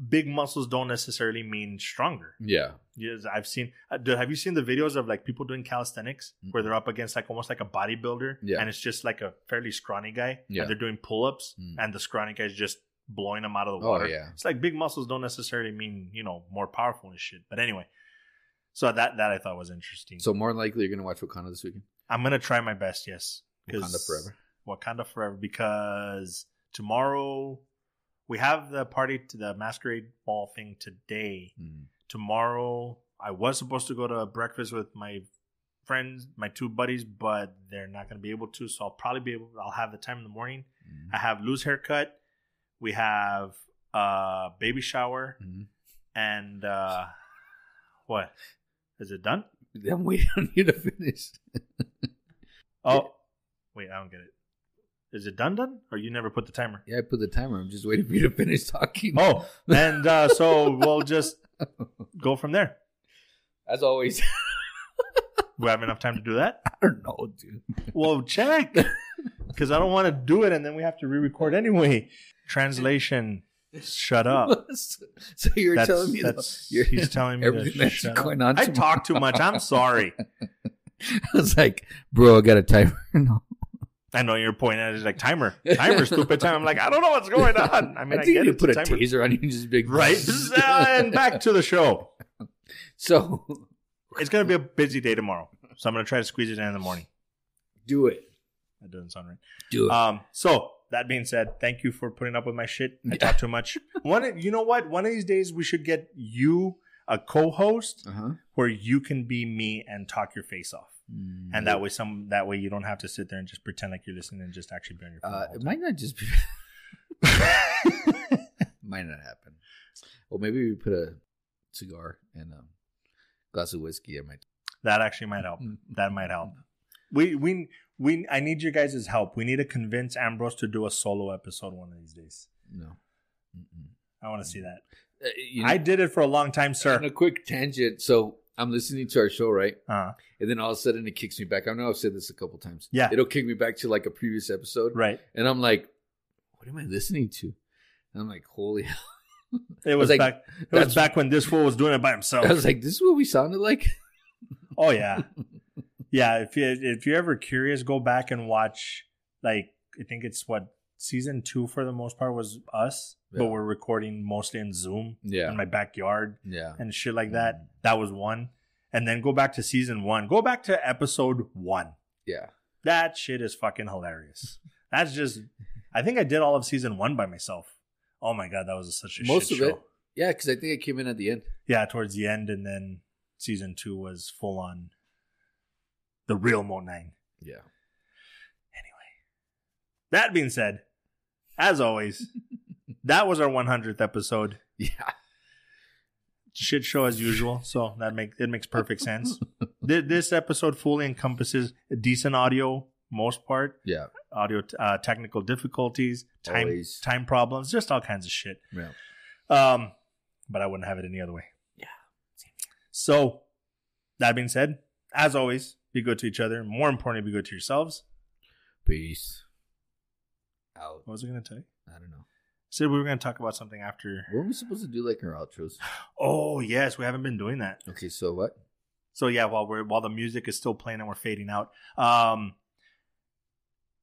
Speaker 1: big muscles don't necessarily mean stronger.
Speaker 3: Yeah.
Speaker 1: Yes, I've seen. uh, dude, Have you seen the videos of like people doing calisthenics where they're up against like almost like a bodybuilder,
Speaker 3: Yeah.
Speaker 1: and it's just like a fairly scrawny guy,
Speaker 3: Yeah.
Speaker 1: and they're doing pull-ups,
Speaker 3: Mm.
Speaker 1: and the scrawny guy's just blowing him out of the
Speaker 3: Oh
Speaker 1: water.
Speaker 3: yeah.
Speaker 1: It's like big muscles don't necessarily mean you know more powerful and shit. But anyway, So that that I thought was interesting.
Speaker 3: So more than likely you're gonna watch Wakanda this weekend.
Speaker 1: I'm gonna try my best. Yes, 'cause-
Speaker 3: Wakanda forever.
Speaker 1: Wakanda forever. Because tomorrow we have the party to the masquerade ball thing today.
Speaker 3: Mm.
Speaker 1: tomorrow. I was supposed to go to breakfast with my friends, my two buddies, but they're not going to be able to. So I'll probably be able. I'll have the time in the morning.
Speaker 3: Mm-hmm.
Speaker 1: I have loose haircut. We have uh baby shower
Speaker 3: Mhm.
Speaker 1: and uh what is it done?
Speaker 3: I'm waiting on you to finish.
Speaker 1: Oh, wait, I don't get it. Is it done? Done? Or you never put the timer?
Speaker 3: Yeah, I put the timer. I'm just waiting for you to finish talking.
Speaker 1: Oh, and uh, so we'll just go from there.
Speaker 3: As always,
Speaker 1: We have enough time to do that.
Speaker 3: I don't know, dude.
Speaker 1: Well, check. Because I don't want to do it and then we have to re record anyway. Translation, shut up.
Speaker 3: so you're
Speaker 1: That's,
Speaker 3: telling me
Speaker 1: that's,
Speaker 3: that you're,
Speaker 1: he's telling me
Speaker 3: everything
Speaker 1: to
Speaker 3: that's
Speaker 1: shut up.
Speaker 3: going on.
Speaker 1: I
Speaker 3: tomorrow.
Speaker 1: talk too much. I'm sorry.
Speaker 3: I was like, bro, I got a timer. No,
Speaker 1: I know your point. I was like, timer, timer, stupid time. I'm like, I don't know what's going on. I mean, I,
Speaker 3: think
Speaker 1: get
Speaker 3: you
Speaker 1: it.
Speaker 3: put a
Speaker 1: it's timer.
Speaker 3: taser on you and just be like,
Speaker 1: Right. and back to the show.
Speaker 3: so
Speaker 1: It's going to be a busy day tomorrow. So I'm going to try to squeeze it in in the morning.
Speaker 3: do it,
Speaker 1: That doesn't sound right.
Speaker 3: do it.
Speaker 1: Um, so that being said, thank you for putting up with my shit. I
Speaker 3: Yeah.
Speaker 1: talk too much. One, you know what? One of these days we should get you a co-host
Speaker 3: uh-huh.
Speaker 1: where you can be me and talk your face off, and that way some that way you don't have to sit there and just pretend like you're listening and just actually be on your phone.
Speaker 3: uh,
Speaker 1: the whole
Speaker 3: it
Speaker 1: time.
Speaker 3: might not just be. might not happen. Well, maybe we put a cigar and a glass of whiskey. I might. Hmm.
Speaker 1: that actually might help. That might help. We we we I need your guys' help. We need to convince Ambrose to do a solo episode one of these days.
Speaker 3: No. Mm-mm.
Speaker 1: I want to see that.
Speaker 3: Uh, you know,
Speaker 1: I did it for a long time,
Speaker 3: on
Speaker 1: sir.
Speaker 3: a quick tangent. So I'm listening to our show, right?
Speaker 1: Uh,
Speaker 3: And then all of a sudden it kicks me back. I know I've said this a couple times.
Speaker 1: Yeah.
Speaker 3: It'll kick me back to like a previous episode.
Speaker 1: right.
Speaker 3: And I'm like, what am I listening to? And I'm like, holy hell.
Speaker 1: It was
Speaker 3: like,
Speaker 1: back. It was
Speaker 3: that's-
Speaker 1: back when this fool was doing it by himself.
Speaker 3: I was like, this is what we sounded like?
Speaker 1: Oh yeah, yeah. If you if you're ever curious, go back and watch. Like I think it's what season two for the most part was us, but
Speaker 3: Yeah.
Speaker 1: we're recording mostly in Zoom
Speaker 3: Yeah. Mm.
Speaker 1: in my backyard
Speaker 3: Yeah.
Speaker 1: and shit like that. That was one, and then go back to season one. Go back to episode one.
Speaker 3: Yeah.
Speaker 1: That shit is fucking hilarious. That's just. I think I did all of season one by myself. Oh my god, that was such a
Speaker 3: Most
Speaker 1: shit
Speaker 3: of it.
Speaker 1: show.
Speaker 3: Yeah. Cause I think I came in at the end.
Speaker 1: Yeah, towards the end, and then season two was full on the real Mo Nine.
Speaker 3: Yeah.
Speaker 1: That being said, as always, that was our 100th episode.
Speaker 3: Yeah.
Speaker 1: Shit show as usual, so that make it makes perfect sense. Th- This episode fully encompasses decent audio, most part
Speaker 3: Yeah.
Speaker 1: audio t- uh, technical difficulties, time
Speaker 3: Always.
Speaker 1: time problems, just all kinds of shit.
Speaker 3: Yeah.
Speaker 1: Um, but I wouldn't have it any other way.
Speaker 3: Yeah.
Speaker 1: So, that being said, as always, be good to each other. More importantly, be good to yourselves.
Speaker 3: Peace. Out.
Speaker 1: What was I going to tell you?
Speaker 3: I don't know.
Speaker 1: said we were going to talk about something after.
Speaker 3: Weren't we supposed to do like our outros?
Speaker 1: Oh yes, we haven't been doing that.
Speaker 3: Okay. So what?
Speaker 1: So yeah, while we're while the music is still playing and we're fading out. Um,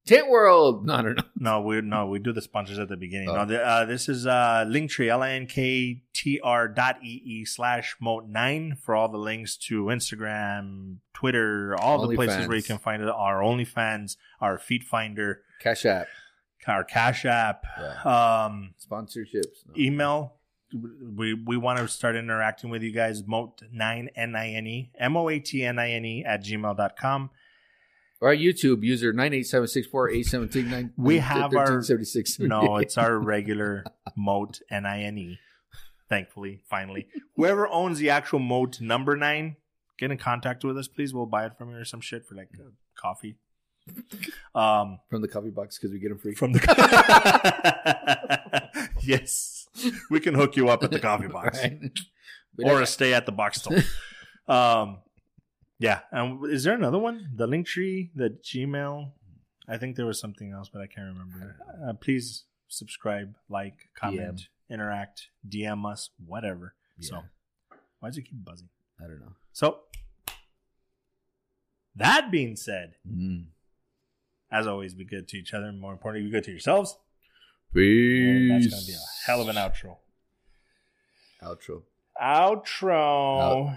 Speaker 3: Tent World. No, I don't know.
Speaker 1: no, we no we do the sponsors at the beginning.
Speaker 3: Oh.
Speaker 1: No, the, uh, this is uh, Linktree L I N K T R dot E E slash moat nine for all the links to Instagram, Twitter, all the places where you
Speaker 3: OnlyFans.
Speaker 1: can find it. Our OnlyFans, our Feed Finder,
Speaker 3: Cash App.
Speaker 1: our Cash App,
Speaker 3: Yeah.
Speaker 1: um,
Speaker 3: Sponsorships. No.
Speaker 1: email we we want to start interacting with you guys moat9 n-i-n-e m-o-a-t-n-i-n-e E at gmail.com
Speaker 3: Our YouTube user nine eight seven six four eight seven three nine.
Speaker 1: We have our-
Speaker 3: seventy six.
Speaker 1: no it's our regular moat n-i-n-e E, thankfully finally whoever owns the actual moat number nine get in contact with us please we'll buy it from you or some shit for like uh, coffee um
Speaker 3: from the coffee box because we get them free.
Speaker 1: from the yes we can hook you up at the coffee box
Speaker 3: Right? We
Speaker 1: or
Speaker 3: don't-
Speaker 1: a stay at the box store. um, yeah. And is there another one? The link tree, the Gmail. I think there was something else, but I can't remember. Uh, please subscribe, like, comment, interact, DM us, whatever. So,
Speaker 3: Yeah.
Speaker 1: why does it keep buzzing?
Speaker 3: I don't know.
Speaker 1: So, that being said,
Speaker 3: Mm.
Speaker 1: as always, be good to each other. and More importantly, be good to yourselves. And
Speaker 3: Peace.
Speaker 1: that's going to be a hell of an outro.
Speaker 3: outro.
Speaker 1: Outro.